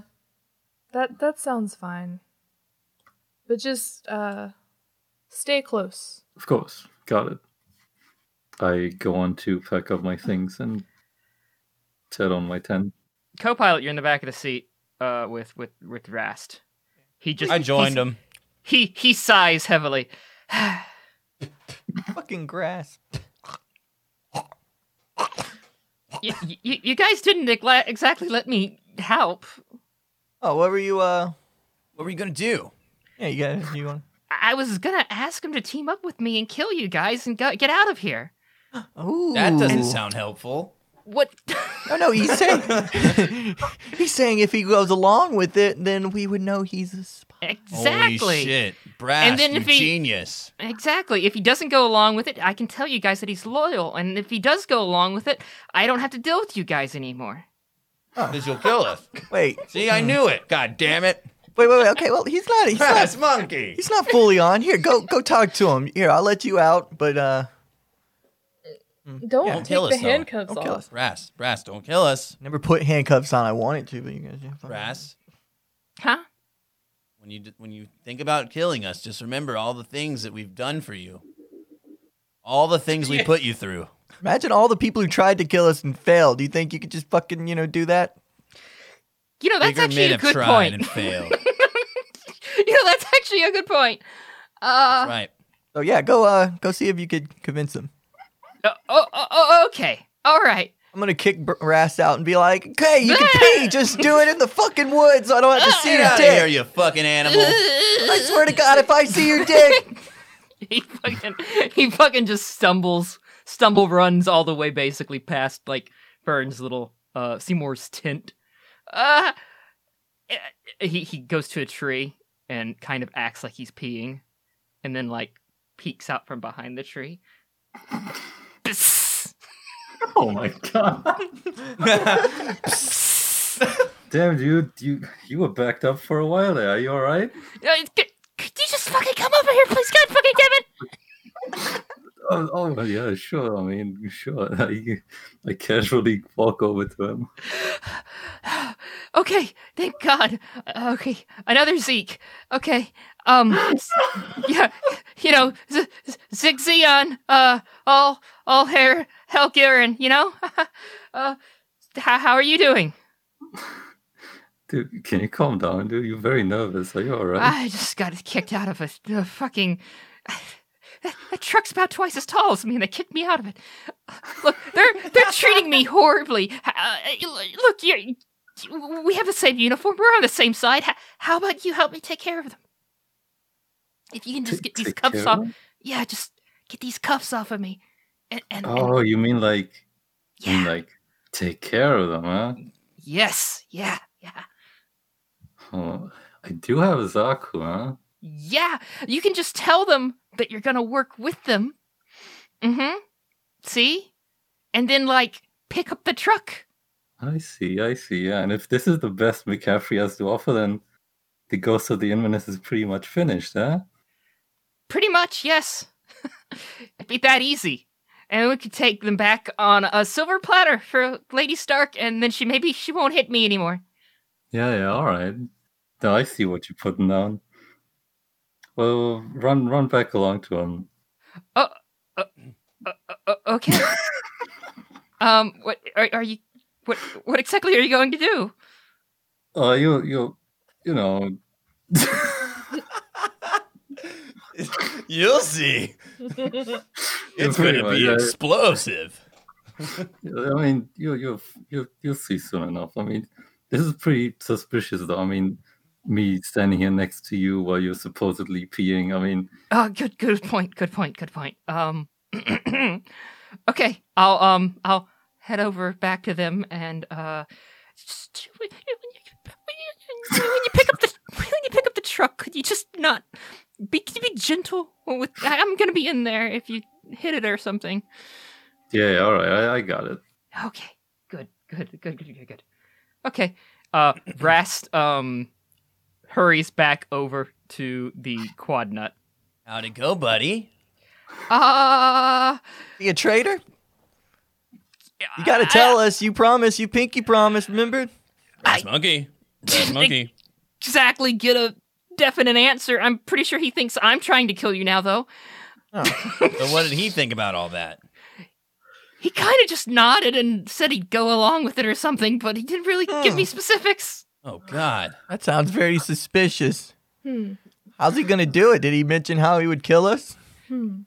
S8: That that sounds fine. But just uh stay close.
S5: Of course, got it. I go on to pack up my things and set on my tent.
S3: Co-pilot, you're in the back of the seat uh, with with with Rast. He just
S4: I joined
S3: he's-
S4: him.
S3: He he sighs heavily.
S11: Fucking grass.
S3: Y- y- y- you guys didn't egla- exactly let me help.
S1: Oh, what were you? Uh,
S4: What were you gonna do?
S1: yeah, you got you want?
S3: I I was gonna ask him to team up with me and kill you guys and go- get out of here.
S1: Ooh,
S4: That doesn't sound helpful.
S3: What? <laughs>
S1: No, no, he's <laughs> saying he's saying if he goes along with it, then we would know he's a spy.
S3: exactly.
S4: Holy shit, brass,
S3: And then
S4: you
S3: if he-
S4: genius.
S3: Exactly. If he doesn't go along with it, I can tell you guys that he's loyal. And if he does go along with it, I don't have to deal with you guys anymore.
S4: Because you'll kill us.
S1: Wait,
S4: See, I knew it. God damn it.
S1: wait, wait, wait. Okay, well, he's not. He's not.
S4: Brass monkey.
S1: He's not fully on. Here, go, go talk to him. Here, I'll let you out, but uh,
S8: Don't
S1: Yeah.
S8: take
S4: Kill
S8: the
S4: us, though.
S8: handcuffs
S1: don't kill
S8: off.
S1: us.
S4: Brass, brass, don't kill us.
S1: Never put handcuffs on. I wanted to, but you guys.
S4: Brass,
S3: Huh?
S4: when you d- when you think about killing us, just remember all the things that we've done for you. All the things we put you through.
S1: Imagine all the people who tried to kill us and failed. Do you think you could just fucking, you know, do that?
S3: You know, that's
S4: Bigger
S3: actually
S4: men
S3: a
S4: have
S3: good
S4: tried
S3: point. <laughs>
S4: and failed.
S3: you know, that's actually a good point. Uh,
S4: right.
S1: So yeah, go, uh, go see if you could convince him.
S3: oh, oh, oh, okay. All right.
S1: I'm gonna kick Br- Rass out and be like, "Okay, you can pee. Just do it in the fucking woods. So I don't have to see
S4: Get
S1: your
S4: out of here,
S1: dick.
S4: you fucking animal.
S1: I swear to God, if I see your
S4: <laughs>
S1: dick,
S3: <laughs> He fucking he fucking just stumbles, stumble runs all the way basically past like Burns' little uh Seymour's tent. Uh eh, he he goes to a tree and kind of acts like he's peeing and then like peeks out from behind the tree. Psst.
S5: Oh my <laughs> god! Damn, dude, you you were backed up for a while there. Are you all right?
S3: Uh, it's good- Could you just fucking come over here, please? God fucking damn it!
S5: Oh, oh well, yeah, sure. I mean, <laughs> sure. I, I casually walk over to him.
S3: Okay, thank God. Uh, Okay, another Zeke. Okay, um, s- yeah, you know, Z- Z- Zig Zion, uh, all, all hair, Helgerin, you know? <laughs> uh, how, how are you doing?
S5: Dude, can you calm down, dude? You're very nervous. Are you all right?
S3: I just got kicked out of a, a fucking. That, that truck's about twice as tall as me, and they kicked me out of it. Look, they're they're treating me horribly. Uh, look, you, we have the same uniform. We're on the same side. How, how about you help me take care of them? If you can just
S5: Take-
S3: get these
S5: take care
S3: cuffs
S5: of
S3: off,
S5: him?
S3: yeah, just get these cuffs off of me. And, and, and-
S5: Oh, mm. you mean like, you mean
S3: yeah,
S5: like, take care of them, huh?
S3: yes, yeah, yeah,
S5: Oh, I do have a Zaku, huh?
S3: yeah. You can just tell them that you're gonna work with them. Mm-hmm. See, and then like pick up the truck.
S5: I see, I see. Yeah, and if this is the best McCaffrey has to offer, then the Ghost of the Inminus is pretty much finished, huh?
S3: <laughs> Pretty much, yes. It'd be that easy. and we could take them back on a silver platter for Lady Stark, and then she maybe she won't hit me anymore.
S10: Yeah, yeah, all right. Now I see what you're putting down. Well, run, run back along to him.
S3: Uh, okay. um, what are, are you? What what exactly are you going to do?
S10: Uh, you, you, you know,
S4: You'll see. It's
S10: pretty
S4: going to be
S10: much, uh,
S4: explosive.
S10: I mean, you, you, you, you'll see soon enough. I mean, this is pretty suspicious, though. I mean, me standing here next to you while you're supposedly peeing. I mean,
S3: Oh, good good point. Good point. Good point. Um, <clears throat> okay. I'll um I'll head over back to them and uh. just- When you, when you- when you pick up the <laughs> when you pick up the truck, could you just not be be gentle with? I- I'm gonna be in there if you hit it or something.
S10: yeah, yeah, all right, I, I got it.
S3: Okay. Good. Good. Good. Good. Good. Good. Okay. Uh, Rast um hurries back over to the quad nut.
S4: <laughs> How'd it go, buddy?
S3: Uh
S1: You a traitor? You gotta tell us. You promise. You pinky promise. Remember?
S4: Brass monkey. Brass monkey.
S3: exactly get a definite answer. I'm pretty sure he thinks I'm trying to kill you now, though.
S4: so what did he think about all that?
S3: He kind of just nodded and said he'd go along with it or something, but he didn't really give me specifics.
S4: Oh God.
S1: That sounds very suspicious.
S8: Hmm.
S1: How's he gonna do it? Did he mention how he would kill us?
S8: Hmm.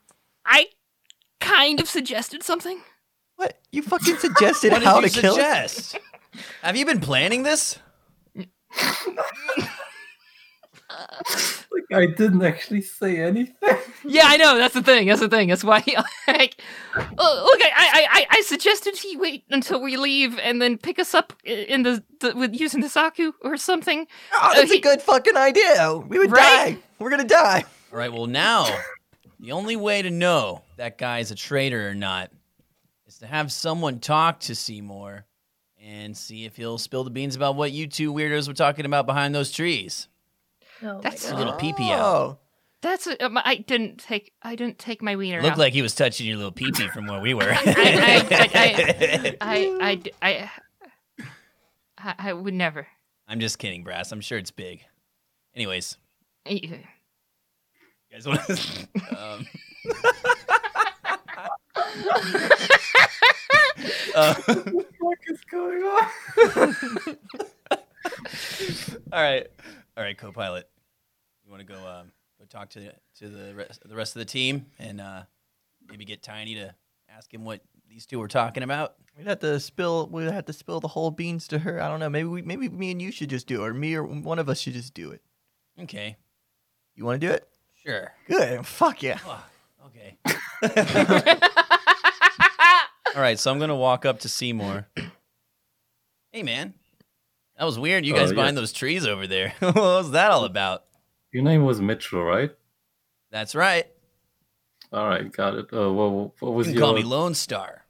S3: I kind of suggested something.
S1: What? You fucking suggested
S4: <laughs> what
S1: how
S4: did
S1: to
S4: you
S1: kill us?
S4: suggest? Have you been planning this?
S10: Like, I didn't actually say anything.
S3: Yeah, I know. That's the thing. That's the thing. That's why. <laughs> He, like, uh, look, I, I, I- I suggested he wait until we leave and then pick us up i- in the, the with using the saku or something.
S1: Oh, that's
S3: Uh, he-
S1: a good fucking idea. We would
S3: Right?
S1: die. We're gonna die.
S4: All right, well, now the only way to know if that guy is a traitor or not is to have someone talk to Seymour and see if he'll spill the beans about what you two weirdos were talking about behind those trees.
S8: Oh
S3: That's-
S8: my
S4: It's a
S8: God.
S4: little pee pee out.
S1: Oh,
S3: That's a, um, I didn't take I didn't take my wiener
S4: Looked
S3: out.
S4: like he was touching your little pee pee from where
S3: <laughs>
S4: we were.
S3: I- I, I, d- I, I, I would never. <laughs>
S4: am just kidding, Brass. I'm sure it's big. Anyways,
S3: I-
S4: you guys want to. Um, <laughs> uh,
S10: What is going on?
S4: <laughs> All right, all right, co-pilot. You want to go um, go talk to the, to the rest, the rest of the team and uh, maybe get Tiny to ask him what these two were talking about.
S1: we'd have to spill. We'd have to spill the whole beans to her. I don't know. Maybe we, maybe me and you should just do it, or me or one of us should just do it.
S4: Okay,
S1: You want to do it?
S4: sure.
S1: Good. Fuck yeah.
S4: Fuck,
S10: <laughs>
S4: okay. all right, so I'm gonna walk up to Seymour. Hey, man, that was weird. You
S10: Oh,
S4: guys
S10: yeah.
S4: behind those trees over there. <laughs> what was that all about?
S10: Your name was Mitchell, right?
S4: That's right.
S10: All right, got it. Uh, what, what
S4: You
S10: was
S4: can
S10: your
S4: call me Lone Star.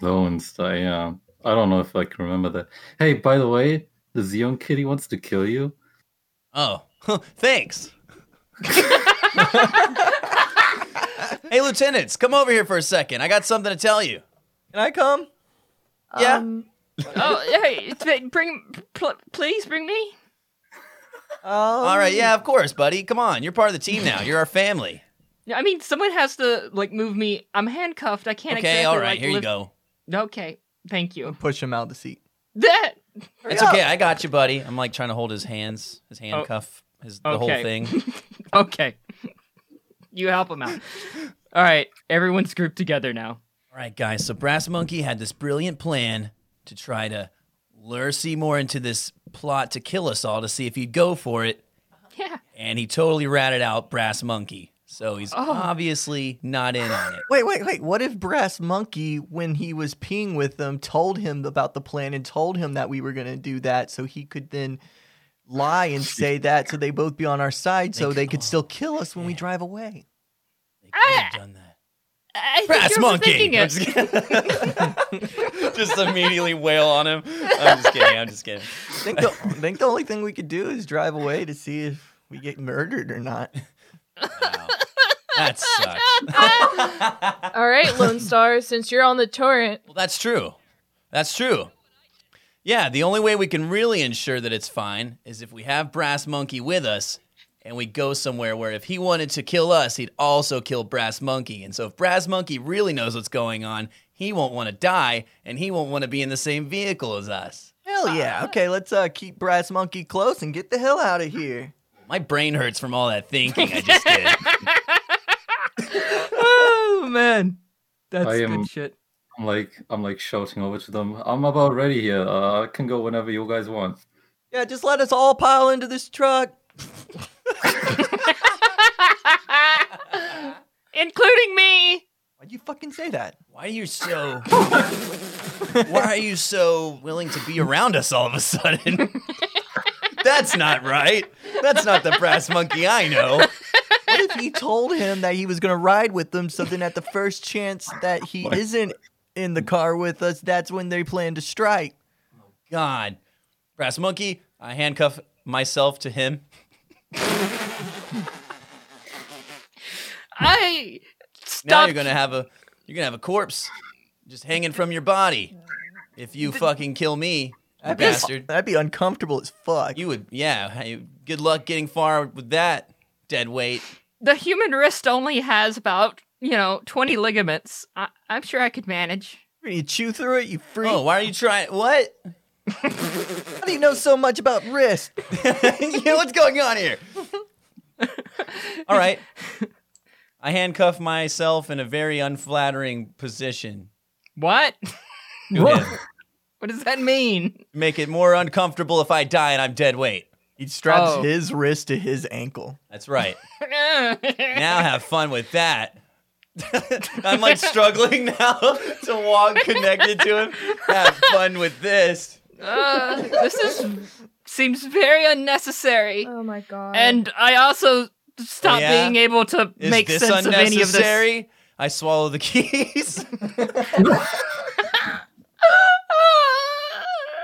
S10: Lone Star? Yeah, I don't know if I can remember that. Hey, by the way, the Zion kitty wants to kill you.
S4: Oh,
S10: <laughs>
S4: <laughs> thanks. hey, lieutenants, come over here for a second. I got something to tell you.
S1: Can I come?
S4: Yeah.
S8: Um,
S2: Oh,
S3: hey, t- bring, pl- please bring me.
S1: Oh.
S4: All right, yeah, of course, buddy. Come on, you're part of the team now. You're our family.
S3: I mean, someone has to like move me. I'm handcuffed. I can't.
S4: Okay,
S3: exactly,
S4: all right,
S3: like,
S4: here you
S3: lift-
S4: go.
S3: Okay, thank you.
S1: Push him out of the seat.
S3: That <laughs>
S4: It's okay. I got you, buddy. I'm like trying to hold his hands, his handcuff, his the whole
S3: Okay.
S4: <laughs> thing.
S3: okay. you help him out. All right, everyone's grouped together now.
S4: All right, guys. So Brass Monkey had this brilliant plan to try to lure Seymour into this plot to kill us all to see if he'd go for it.
S2: <laughs> Yeah.
S4: And he totally ratted out Brass Monkey. So he's
S2: Oh.
S4: obviously not in on it.
S1: Wait, wait, wait. What if Brass Monkey, when he was peeing with them, told him about the plan and told him that we were going to do that so he could then lie and say that so they both be on our side so they could still kill us when we drive away?
S4: They could
S2: Ah!
S4: have done that.
S2: I think
S4: Brass
S2: you're
S4: monkey.
S2: overthinking
S4: I'm
S2: it. <laughs>
S4: Just, kidding. <laughs> Just immediately wail on him. I'm just kidding. I'm just kidding.
S1: I think the, I think the only thing we could do is drive away to see if we get murdered or not.
S4: Wow. That
S2: <laughs>
S4: sucks.
S2: Uh,
S8: All right, Lone Star, since you're on the torrent,
S4: Well, that's true. That's true. Yeah, the only way we can really ensure that it's fine is if we have Brass Monkey with us and we go somewhere where if he wanted to kill us, he'd also kill Brass Monkey. And so if Brass Monkey really knows what's going on, he won't want to die and he won't want to be in the same vehicle as us.
S1: Hell yeah. Okay, let's uh, keep Brass Monkey close and get the hell out of here.
S4: My brain hurts from all that thinking I just did.
S3: oh man, that's
S10: I am-
S3: good shit.
S10: I'm like, I'm like shouting over to them. I'm about ready here. Uh, I can go whenever you guys want.
S1: Yeah, just let us all pile into this truck.
S3: Including me.
S1: Why'd you fucking say that?
S4: Why are you so? Why are you so willing to be around us all of a sudden? That's not right. That's not the brass monkey I know.
S1: What if you told him that he was going to ride with them so then at the first chance that he
S10: What?
S1: isn't in the car with us, that's when they plan to strike?
S4: God, brass monkey. I handcuff myself to him.
S3: I
S4: Now
S3: stop.
S4: you're gonna have a you're gonna have a corpse just hanging from your body. If you fucking kill me, you
S1: That'd be,
S4: bastard,
S1: that'd be uncomfortable as fuck.
S4: you would. Yeah. hey, Good luck getting far with that dead weight.
S3: The human wrist only has about you know twenty ligaments. I- I'm sure I could manage.
S1: You're gonna chew through it, you freak.
S4: Oh, why are you trying? What? <laughs>
S1: How do you know so much about wrist?
S4: yeah, what's going on here? All right. I handcuff myself in a very unflattering position.
S3: What?
S4: to
S10: What?
S4: him.
S3: What does that mean?
S4: Make it more uncomfortable if I die and I'm dead weight.
S1: He straps
S3: Oh.
S1: his wrist to his ankle.
S4: That's right. Now have fun with that. <laughs> I'm like struggling now <laughs> to walk connected to him. Have fun with this.
S3: <laughs> Uh, this is seems very unnecessary.
S8: oh my god.
S3: And I also stop
S4: Oh, Yeah?
S3: being able to
S4: Is
S3: make
S4: this
S3: sense of any of this.
S4: unnecessary? I swallow the keys. <laughs>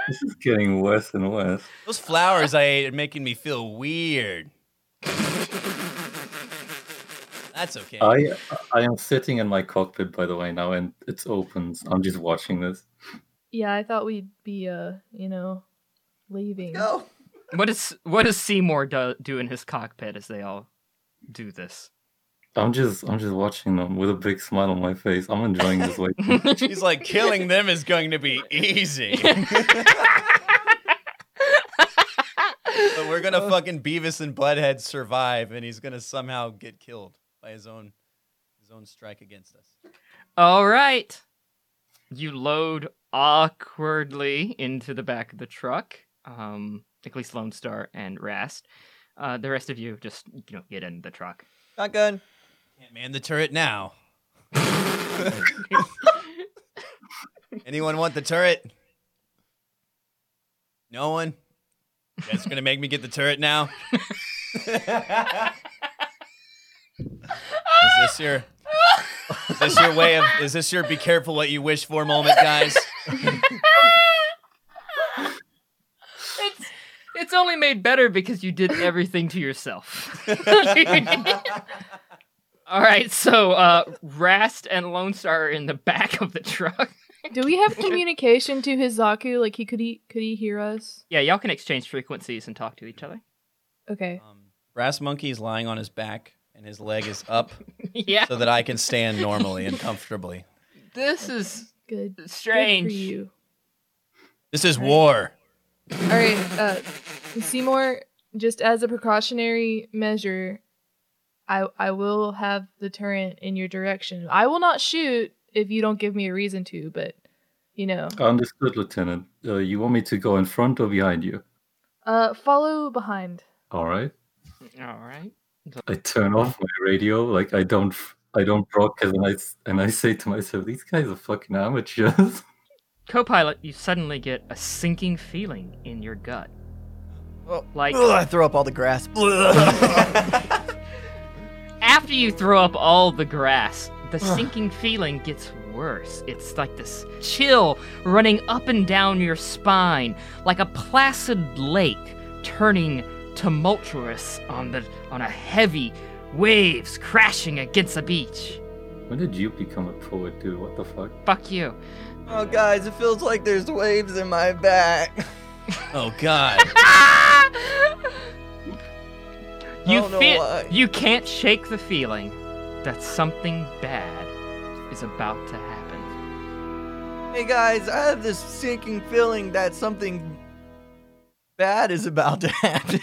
S10: This is getting worse and worse.
S4: Those flowers I ate are making me feel weird. That's okay.
S10: I, I am sitting in my cockpit by the way now, and it's open. I'm just watching this.
S8: yeah, I thought we'd be, uh, you know, leaving.
S1: No.
S3: <laughs> What is what does Seymour do, do in his cockpit as they all do this?
S10: I'm just, I'm just watching them with a big smile on my face. I'm enjoying this <laughs> way.
S4: He's like, killing them is going to be easy. but we're gonna fucking Beavis and Butthead survive, and he's gonna somehow get killed by his own his own strike against us.
S3: All right, you load awkwardly into the back of the truck. Um, at least Lone Star and Rast. Uh, the rest of you just you know get in the truck.
S1: Shotgun.
S4: Can't man the turret now. Anyone want the turret? No one. You guys gonna make me get the turret now? is this your is this your way of is this your be careful what you wish for moment, guys?
S3: It's it's only made better because you did everything to yourself. <laughs> All right, so uh, Rast and Lone Star are in the back of the truck.
S8: Do we <laughs> have communication to his Zaku? Like, he could he could he hear us?
S3: <laughs> Yeah, y'all can exchange frequencies and talk to each other.
S8: Okay.
S4: Um, Brass Monkey is lying on his back and his leg is up
S3: <laughs> yeah,
S4: so that I can stand normally and comfortably.
S3: this is
S8: Good. Good
S3: strange.
S8: for you.
S4: This is war.
S8: All right, uh, Seymour. Just as a precautionary measure, I I will have the turret in your direction. I will not shoot if you don't give me a reason to, but you know,
S10: Understood, Lieutenant. Uh, you want me to go in front or behind you?
S8: uh, follow behind.
S10: All right.
S3: All right.
S10: I turn off my radio. Like I don't, I don't broadcast, and I s- and I say to myself, these guys are fucking amateurs. <laughs>
S3: Copilot, you suddenly get a sinking feeling in your gut.
S1: Oh.
S3: Like
S1: Ugh, I throw up all the grass.
S3: after you throw up all the grass, the sinking feeling gets worse. It's like this chill running up and down your spine, like a placid lake turning tumultuous on the on a heavy waves crashing against the beach.
S5: When did you become a poet, dude? What the fuck?
S3: Fuck you.
S1: <laughs> Oh, guys, it feels like there's waves in my back.
S4: Oh God.
S3: You
S1: don't know
S3: feel
S1: why.
S3: you can't shake the feeling that something bad is about to happen.
S1: Hey, guys, I have this sinking feeling that something bad is about to <laughs> happen.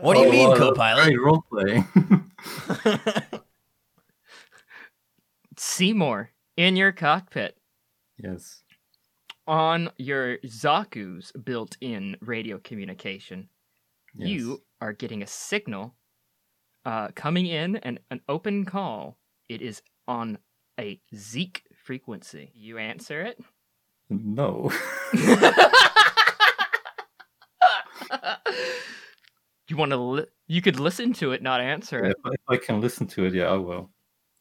S4: What do you
S5: Oh,
S4: mean,
S5: wow,
S4: co-pilot?
S5: Great role
S10: <laughs>
S5: playing.
S3: Seymour in your cockpit
S5: yes.
S3: on your Zaku's built-in radio communication.
S5: Yes.
S3: You are getting a signal uh, coming in and an open call. It is on a Zeke frequency. You answer it.
S5: No.
S3: you want to li- you could listen to it, not
S5: <laughs>
S3: answer
S5: if,
S3: it.
S5: I, if I can listen to it, yeah, I will.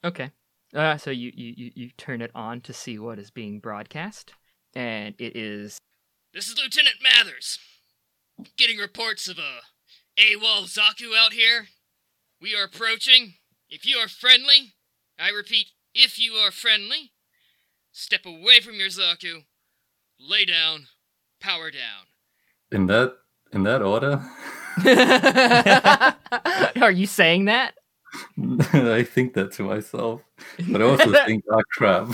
S3: Okay. Uh, so you, you, you, you turn it on to see what is being broadcast, and it is. This is Lieutenant Mathers. Getting reports of a AWOL Zaku out here. We are approaching. If you are friendly, I repeat, if you are friendly, step away from your Zaku, lay down, power down.
S5: In that in that order, <laughs>
S3: <laughs> are you saying that? <laughs>
S5: I think that to myself, but I <laughs> also think, ah, crap.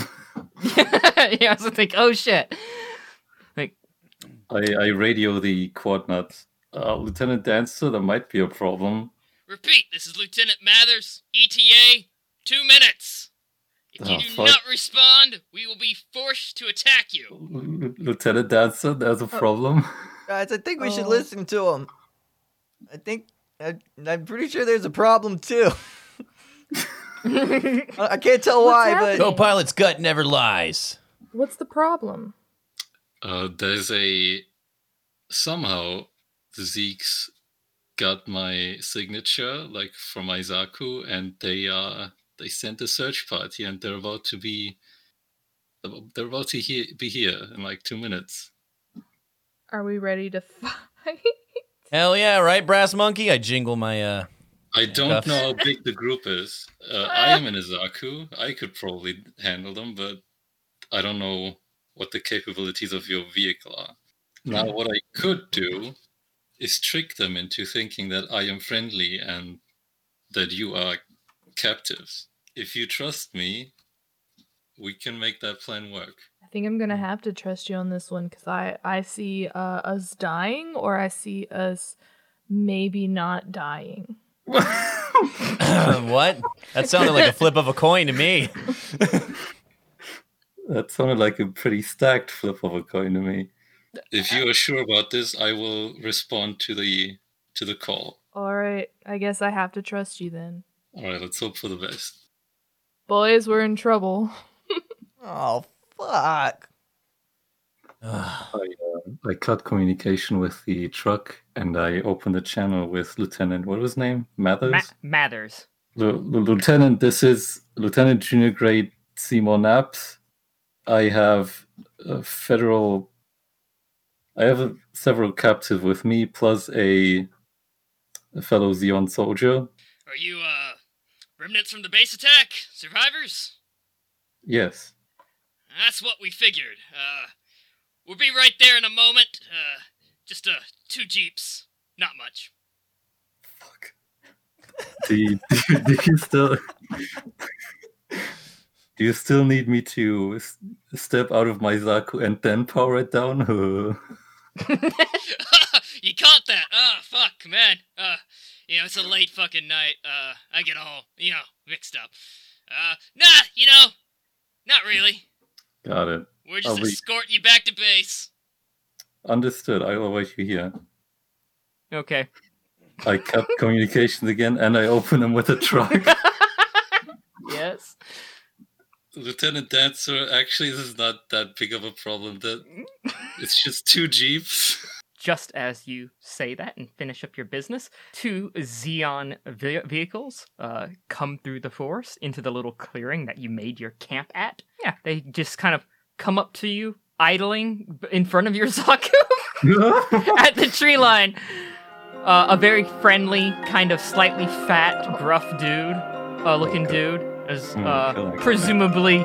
S3: you also think, oh shit.
S5: I, I radio the quad nuts. Uh, Lieutenant Dancer, there might be a problem.
S3: Repeat, this is Lieutenant Mathers, ETA, two minutes. If you
S5: Oh,
S3: do
S5: fuck.
S3: not respond, we will be forced to attack you.
S5: L- Lieutenant Dancer, there's a problem.
S1: guys, I think we should
S8: Oh.
S1: listen to him. I think I, I'm pretty sure there's a problem
S8: <laughs>
S1: too. I I can't tell why,
S8: What's
S1: but
S4: Co-pilot's gut never lies.
S8: What's the problem?
S2: Uh, there's a somehow Zeke's got my signature, like from my Zaku, and they uh they sent a search party, and they're about to be they're about to he- be here in like two minutes.
S8: Are we ready to <laughs> fight?
S4: Hell yeah, right, brass monkey. I jingle my uh. <laughs>
S2: I don't
S4: Handcuffs.
S2: know how big the group is. Uh, I am in a Zaku. I could probably handle them, but I don't know what the capabilities of your vehicle are. Now, what I could do is trick them into thinking that I am friendly and that you are captives. If you trust me, we can make that plan work.
S8: I think I'm gonna have to trust you on this one because I I see uh, us dying or I see us maybe not dying.
S4: what? That sounded like a flip of a coin to me.
S5: That sounded like a pretty stacked flip of a coin to me.
S2: If you are sure about this, I will respond to the to the call.
S8: All right, I guess I have to trust you then.
S2: All right, let's hope for the best.
S8: Boys, we're in trouble. <laughs>
S1: oh fuck!
S4: Ugh.
S5: I, uh, I cut communication with the truck and I opened the channel with Lieutenant, what was his name? Mathers?
S3: Ma- Mathers.
S5: Lu- Lu- Lieutenant, this is Lieutenant Junior Grade Seymour Naps. I have a federal. I have a, several captives with me, plus a, a fellow Xeon soldier.
S3: Are you, uh, remnants from the base attack? Survivors?
S5: Yes.
S3: That's what we figured. Uh, we'll be right there in a moment. Uh, just, uh, two jeeps. Not much.
S5: Do you, <laughs> do, you, do you still? Do you still need me to s- step out of my Zaku and then power it down? <laughs>
S3: <laughs> you caught that. Oh, fuck, man. Uh, you know, it's a late fucking night. Uh, I get all, you know, mixed up. Uh, nah, you know, not really.
S5: Got it.
S3: We're
S5: I'll
S3: just
S5: be-
S3: escort you back to base.
S5: Understood. I will await you here.
S3: Okay.
S5: I cut communications again and I open them with a truck.
S3: Yes.
S2: Lieutenant Dancer, actually, this is not that big of a problem. That it's just two
S5: <laughs>
S2: jeeps.
S3: Just as you say that and finish up your business, two Xeon ve- vehicles uh, come through the forest into the little clearing that you made your camp at. Yeah, they just kind of come up to you, <laughs> Uh, idling b- in front of your Zaku at the tree line. Uh, a very friendly, kind of slightly fat, gruff dude, uh, looking dude, is
S12: Hmm,
S5: Oh
S12: I feel
S3: uh,
S12: like-
S3: presumably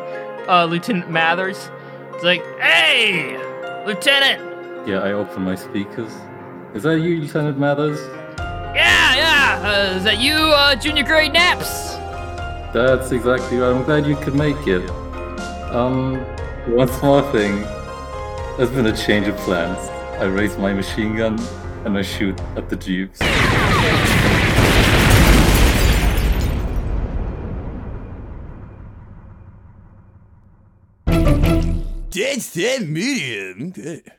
S3: uh, Lieutenant Mathers. It's like, hey, Lieutenant,
S5: Yeah, I open my speakers. Is that you, Lieutenant Mathers?
S3: yeah, yeah, uh, is that you, uh, junior grade naps?
S5: That's exactly right. I'm glad you could make it. Um, one small thing. There's been a change of plans. I raise my machine gun and I shoot at the jeeps.
S6: Dead Set Medium. Good.